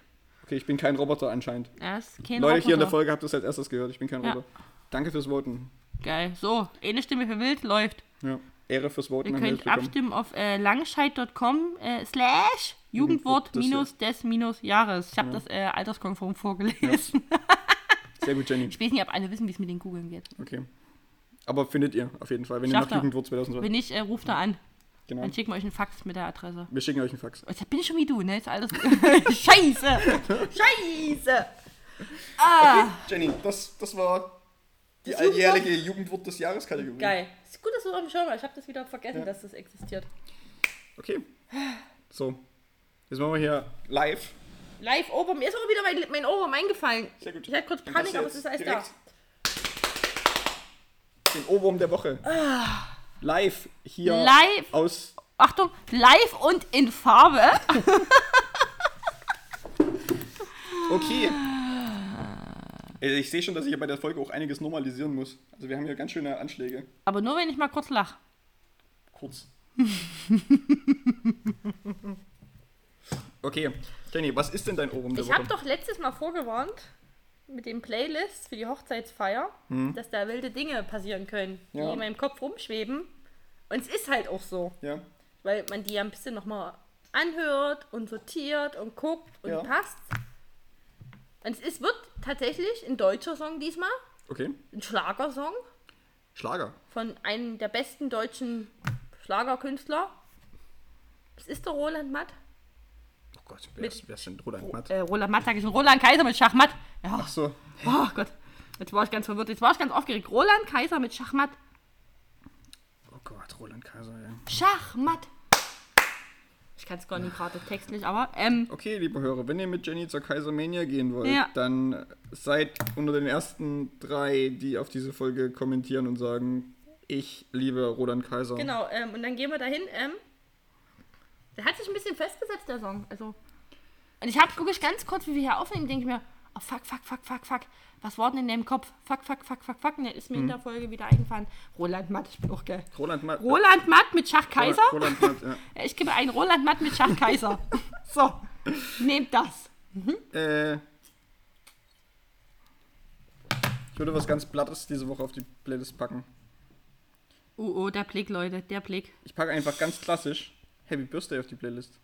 S1: Okay, ich bin kein Roboter anscheinend.
S2: Er ist kein
S1: Leute
S2: Roboter.
S1: hier in der Folge habt ihr es als erstes gehört. Ich bin kein
S2: Ja.
S1: Roboter. Danke fürs Voten.
S2: Geil. So, eine Stimme für wild läuft.
S1: Ja. Ehre fürs Voten.
S2: Ihr
S1: haben wir
S2: könnt
S1: jetzt bekommen.
S2: abstimmen auf äh, langscheid.com äh, slash
S1: Mhm,
S2: Jugendwort
S1: des
S2: minus des minus Jahres. Ich habe das äh, alterskonform vorgelesen.
S1: [laughs] Sehr gut, Jenny.
S2: Ich weiß nicht, ob alle wissen, wie es mit den Kugeln geht.
S1: Okay. Aber findet ihr auf jeden Fall, wenn ihr
S2: Schafft
S1: nach
S2: er.
S1: Jugendwort 2020.
S2: Wenn nicht, äh, ruft da an.
S1: Genau.
S2: Dann schicken wir euch einen Fax mit der Adresse.
S1: Wir schicken euch einen Fax.
S2: Oh, Jetzt bin ich schon wie du, ne? Ist alles. [laughs] Scheiße! Scheiße! Ah!
S1: Jenny, das, das war die
S2: Das Jugendwort-
S1: alljährliche Jugendwort des Jahres Kategorie.
S2: Geil. Ist gut, dass du auf dem Schirm warst. Ich habe das wieder vergessen,
S1: Ja.
S2: dass das existiert.
S1: Okay. So. Jetzt machen wir hier live.
S2: Live Ober. Mir ist auch wieder mein, mein Ohrwurm eingefallen.
S1: Sehr gut.
S2: Ich hatte kurz
S1: Dann
S2: Panik,
S1: hast du
S2: aber
S1: jetzt
S2: es ist alles da.
S1: direkt Den Ohrwurm der Woche. Live hier
S2: Live.
S1: aus
S2: Achtung, live und in Farbe.
S1: Okay. Also ich sehe schon, dass ich hier bei der Folge auch einiges normalisieren muss. Also wir haben hier ganz schöne Anschläge.
S2: Aber nur, wenn ich mal kurz lach. [laughs]
S1: Kurz. okay. Jenny, was ist denn dein Ohrwurm der
S2: Ich habe
S1: Woche?
S2: doch letztes Mal vorgewarnt mit den Playlists für die Hochzeitsfeier, dass da wilde Dinge passieren können, die
S1: Hm. Ja.
S2: in meinem Kopf rumschweben. Und es ist halt auch so,
S1: Ja.
S2: weil man die ja ein bisschen nochmal anhört und sortiert und guckt und
S1: Ja.
S2: passt. Und es ist, wird tatsächlich ein deutscher Song diesmal,
S1: Okay.
S2: ein Schlagersong
S1: Schlager.
S2: von einem der besten deutschen Schlagerkünstler. Es ist der Roland Matt.
S1: Oh Gott, wer ist, wer ist denn Roland Matt?
S2: Äh, Roland Matt, sag ich schon. Roland Kaiser mit Schachmatt. Ja,
S1: Ach so.
S2: Oh Gott, jetzt war ich ganz verwirrt. Jetzt war ich ganz aufgeregt. Roland Kaiser mit Schachmatt.
S1: Oh Gott, Roland Kaiser, ja.
S2: Schachmatt. Ich kann es gar nicht gerade textlich, aber ähm,
S1: Okay, liebe Hörer, wenn ihr mit Jenny zur Kaisermania gehen wollt,
S2: Ja.
S1: dann seid unter den ersten drei, die auf diese Folge kommentieren und sagen, ich liebe Roland Kaiser.
S2: genau. Ähm, und dann gehen wir dahin. Ähm, der hat sich ein bisschen festgesetzt, der Song. Also, und ich habe wirklich ganz kurz, wie wir hier aufnehmen, denke ich mir, oh fuck, fuck, fuck, fuck, fuck. Was war denn in deinem Kopf? Fuck, fuck, fuck, fuck, fuck. Und dann ist mir in der Folge wieder eingefallen. Roland Matt, ich bin auch geil.
S1: Roland Matt.
S2: Roland Matt mit Schach Kaiser?
S1: Roland Matt, ja.
S2: Ich gebe einen Roland Matt mit Schach [laughs] Kaiser. so, nehmt das. [laughs]
S1: Äh, ich würde was ganz Blattes diese Woche auf die Playlist packen.
S2: Oh, oh, der Blick, Leute, der Blick.
S1: Ich packe einfach ganz klassisch Happy Birthday auf die Playlist.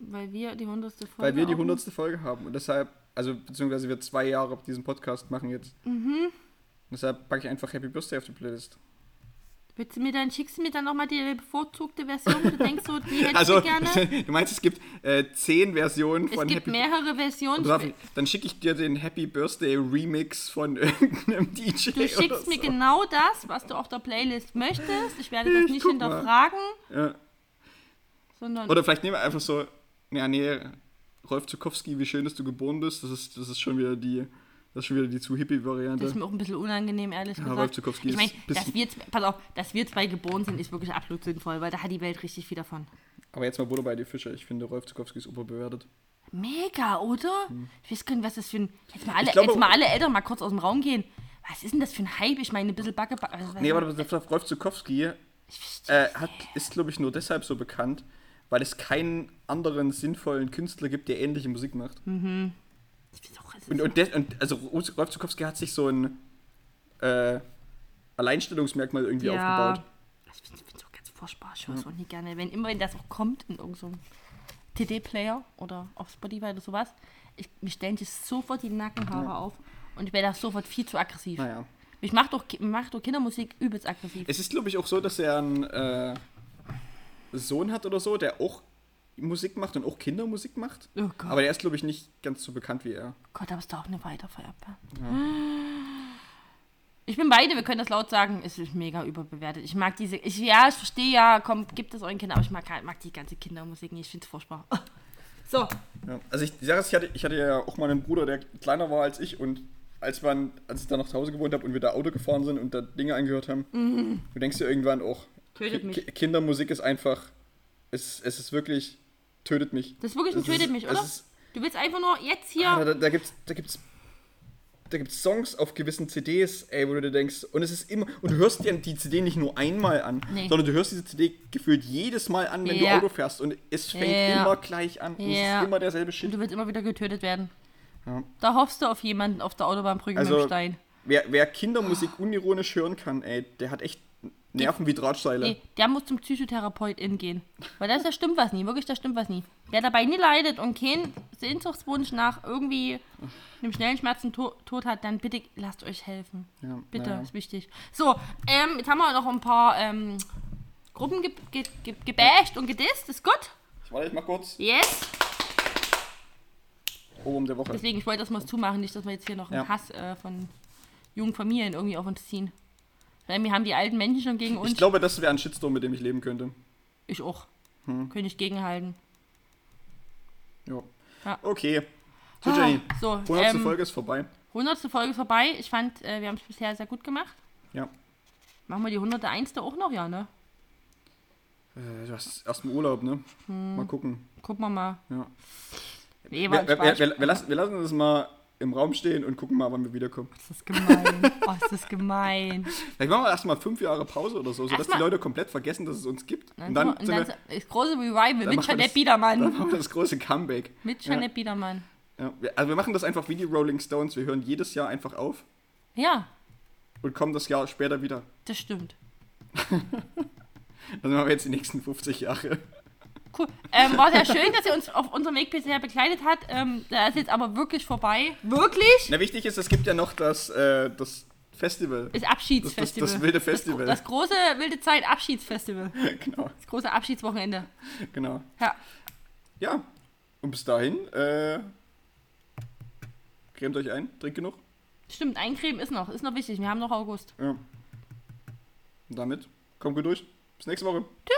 S2: Weil wir die hundertste Folge
S1: Weil wir die
S2: auch-
S1: hundertste Folge haben und deshalb, also beziehungsweise wir zwei Jahre diesen Podcast machen jetzt.
S2: Mhm.
S1: Deshalb packe ich einfach Happy Birthday auf die Playlist.
S2: Willst du mir dann, schickst du mir dann nochmal die bevorzugte Version? Du denkst so, die hättest
S1: Also,
S2: du gerne.
S1: [laughs] du meinst, es gibt äh, zehn Versionen
S2: Es
S1: von
S2: gibt
S1: Happy
S2: mehrere Versionen.
S1: Birthday. Dann schicke ich dir den Happy Birthday Remix von [laughs] irgendeinem DJ.
S2: Du schickst
S1: oder
S2: mir genau das, was du auf der Playlist möchtest. Ich werde das
S1: Ich
S2: nicht
S1: guck mal.
S2: hinterfragen,
S1: so. Ja.
S2: sondern
S1: Oder vielleicht nehmen wir einfach so, ja, nee, Rolf Zukowski, wie schön, dass du geboren bist. Das ist, das ist schon wieder die, das ist schon wieder die zu hippie
S2: das ist
S1: Variante.
S2: mir auch ein bisschen unangenehm, ehrlich
S1: Rolf
S2: gesagt.
S1: Zukowski
S2: Ich meine,
S1: ist ein bisschen-
S2: dass wir, zwei- pass auf, dass wir zwei geboren sind, ist wirklich absolut sinnvoll, weil da hat die Welt richtig viel davon.
S1: Aber jetzt mal Butter bei die Fische. Ich finde, Rolf Zukowski ist überbewertet.
S2: Mega, oder? Ich weiß gar nicht, was das für ein. Jetzt mal alle,
S1: glaube-
S2: jetzt mal alle Eltern mal kurz aus dem Raum gehen. Was ist denn das für ein Hype? Ich meine, ein bisschen Backe. Also,
S1: Nee, warte, warte, warte, Rolf Zukowski äh,
S2: Ich verstehe
S1: hat, ist, glaube ich, nur deshalb so bekannt, weil es keinen anderen sinnvollen Künstler gibt, der ähnliche Musik macht.
S2: Ich weiß auch, es ist-
S1: Und, und, des, und also Rolf Zukowski hat sich so ein äh, Alleinstellungsmerkmal irgendwie aufgebaut.
S2: Ich finde es auch ganz furchtbar. Ich höre es auch nicht gerne. Wenn immer wenn das auch kommt in irgendeinem TD-Player oder auf Spotify oder sowas, ich, mir stellen sich sofort die Nackenhaare auf und ich werde auch sofort viel zu aggressiv.
S1: Naja.
S2: Mich macht doch, Ki- macht doch Kindermusik übelst aggressiv.
S1: Ah Es ist, glaube ich, auch so, dass er einen äh, Sohn hat oder so, der auch Musik macht und auch Kindermusik macht.
S2: Oh Gott.
S1: Aber der ist, glaube ich, nicht ganz so bekannt wie er.
S2: Gott, aber es ist doch auch eine Weitervererbung. Ich bin beide, wir können das laut sagen, es ist mega überbewertet. Ich mag diese, ich, ja, ich verstehe ja, komm, gibt es euren Kindern, aber ich mag, halt, mag die ganze Kindermusik nicht, ich finde es furchtbar. So,
S1: Ja. Also ich, ich sage es, ich hatte, ich hatte ja auch mal einen Bruder, der kleiner war als ich und als, man, als ich da noch zu Hause gewohnt habe und wir da Auto gefahren sind und da Dinge angehört haben, du denkst dir irgendwann auch,
S2: Mhm. Tötet
S1: Ki-
S2: mich.
S1: Ki- Kindermusik ist einfach, es, es ist wirklich, tötet mich.
S2: das ist wirklich ein
S1: Es
S2: Tötet
S1: ist-
S2: mich,
S1: es
S2: oder?
S1: ist- Ah,
S2: Du willst einfach nur jetzt
S1: Ja.
S2: hier.
S1: Da, da gibt's, da gibt's, da gibt's Songs auf gewissen CDs, ey, wo du dir denkst, und es ist immer, und du hörst dir die CD nicht nur einmal an,
S2: Nee.
S1: sondern du hörst diese CD gefühlt jedes Mal an, wenn
S2: Ja.
S1: du Auto fährst, und es fängt
S2: Ja.
S1: immer gleich an, und es
S2: Ja.
S1: ist immer derselbe
S2: Und
S1: Shit.
S2: du willst immer wieder getötet werden.
S1: Ja.
S2: Da hoffst du auf jemanden auf der Autobahnbrücke
S1: Also,
S2: mit dem Stein.
S1: Wer, wer Kindermusik unironisch hören kann, ey, der hat echt Nerven wie Drahtseile.
S2: Nee, der muss zum Psychotherapeuten gehen. Weil das, da stimmt was nie, wirklich, da stimmt was nie. Wer dabei nie leidet und keinen Sehnsuchtswunsch nach irgendwie einem schnellen Schmerzentod hat, dann bitte lasst euch helfen.
S1: Ja,
S2: Bitte,
S1: naja.
S2: ist wichtig. So, ähm, jetzt haben wir noch ein paar ähm, Gruppen ge ge ge gebasht und gedisst, ist gut?
S1: Ich warte, ich mach kurz.
S2: Yes.
S1: Oben der Woche.
S2: Deswegen, ich wollte das mal zumachen, nicht, dass wir jetzt hier noch einen
S1: Ja.
S2: Hass äh, von jungen Familien irgendwie auf uns ziehen. Weil wir haben die alten Menschen schon gegen uns.
S1: Ich glaube, das wäre ein Shitstorm, mit dem ich leben könnte.
S2: Ich auch.
S1: Hm.
S2: Könnte ich gegenhalten.
S1: Ja.
S2: Ja.
S1: Okay. So, Jenny.
S2: Ah, so,
S1: 100.
S2: ähm,
S1: Folge ist vorbei.
S2: 100. Folge ist vorbei. Ich fand, äh, wir haben es bisher sehr gut gemacht.
S1: Ja.
S2: Machen wir die 101. auch noch, ja, ne?
S1: Äh, du hast erst einen Urlaub, ne?
S2: Hm.
S1: Mal gucken.
S2: Gucken wir mal.
S1: Ja.
S2: Nee, war
S1: Wir,
S2: ein
S1: wir,
S2: Spaß.
S1: wir, wir, lassen, wir lassen das mal im Raum stehen und gucken mal, wann wir wiederkommen.
S2: Ist das gemein. Oh, ist das gemein.
S1: Vielleicht machen wir erstmal fünf Jahre Pause oder so, sodass die
S2: Erstmal-
S1: Leute komplett vergessen, dass es uns gibt.
S2: Na,
S1: Und dann,
S2: guck mal,
S1: sind wir,
S2: und [laughs] dann das große Revival
S1: machen wir
S2: mit Jeanette
S1: das- dann
S2: Biedermann.
S1: machen wir das große Comeback.
S2: Mit Jeanette Biedermann.
S1: Ja, wir, also wir machen das einfach wie die Rolling Stones. Wir hören jedes Jahr einfach auf
S2: Ja,
S1: und kommen das Jahr später wieder.
S2: das stimmt.
S1: Also machen wir jetzt die nächsten 50 Jahre.
S2: Cool. Ähm, war sehr schön, dass ihr uns auf unserem Weg bisher begleitet hat. Ähm, da ist jetzt aber wirklich vorbei. Wirklich?
S1: Na, wichtig ist, es gibt ja noch das, äh, das Festival. [laughs]
S2: Ist
S1: Das, das,
S2: Abschiedsfestival.
S1: das wilde Festival.
S2: Das große wilde Zeit Abschiedsfestival.
S1: genau,
S2: Das große Abschiedswochenende.
S1: genau.
S2: Ja.
S1: Ja, und bis dahin, äh, cremt euch ein, trinkt genug.
S2: Stimmt, eincremen ist noch. Ist noch wichtig. Wir haben noch August.
S1: Ja. Und damit, kommt gut durch. Bis nächste Woche.
S2: Tschüss.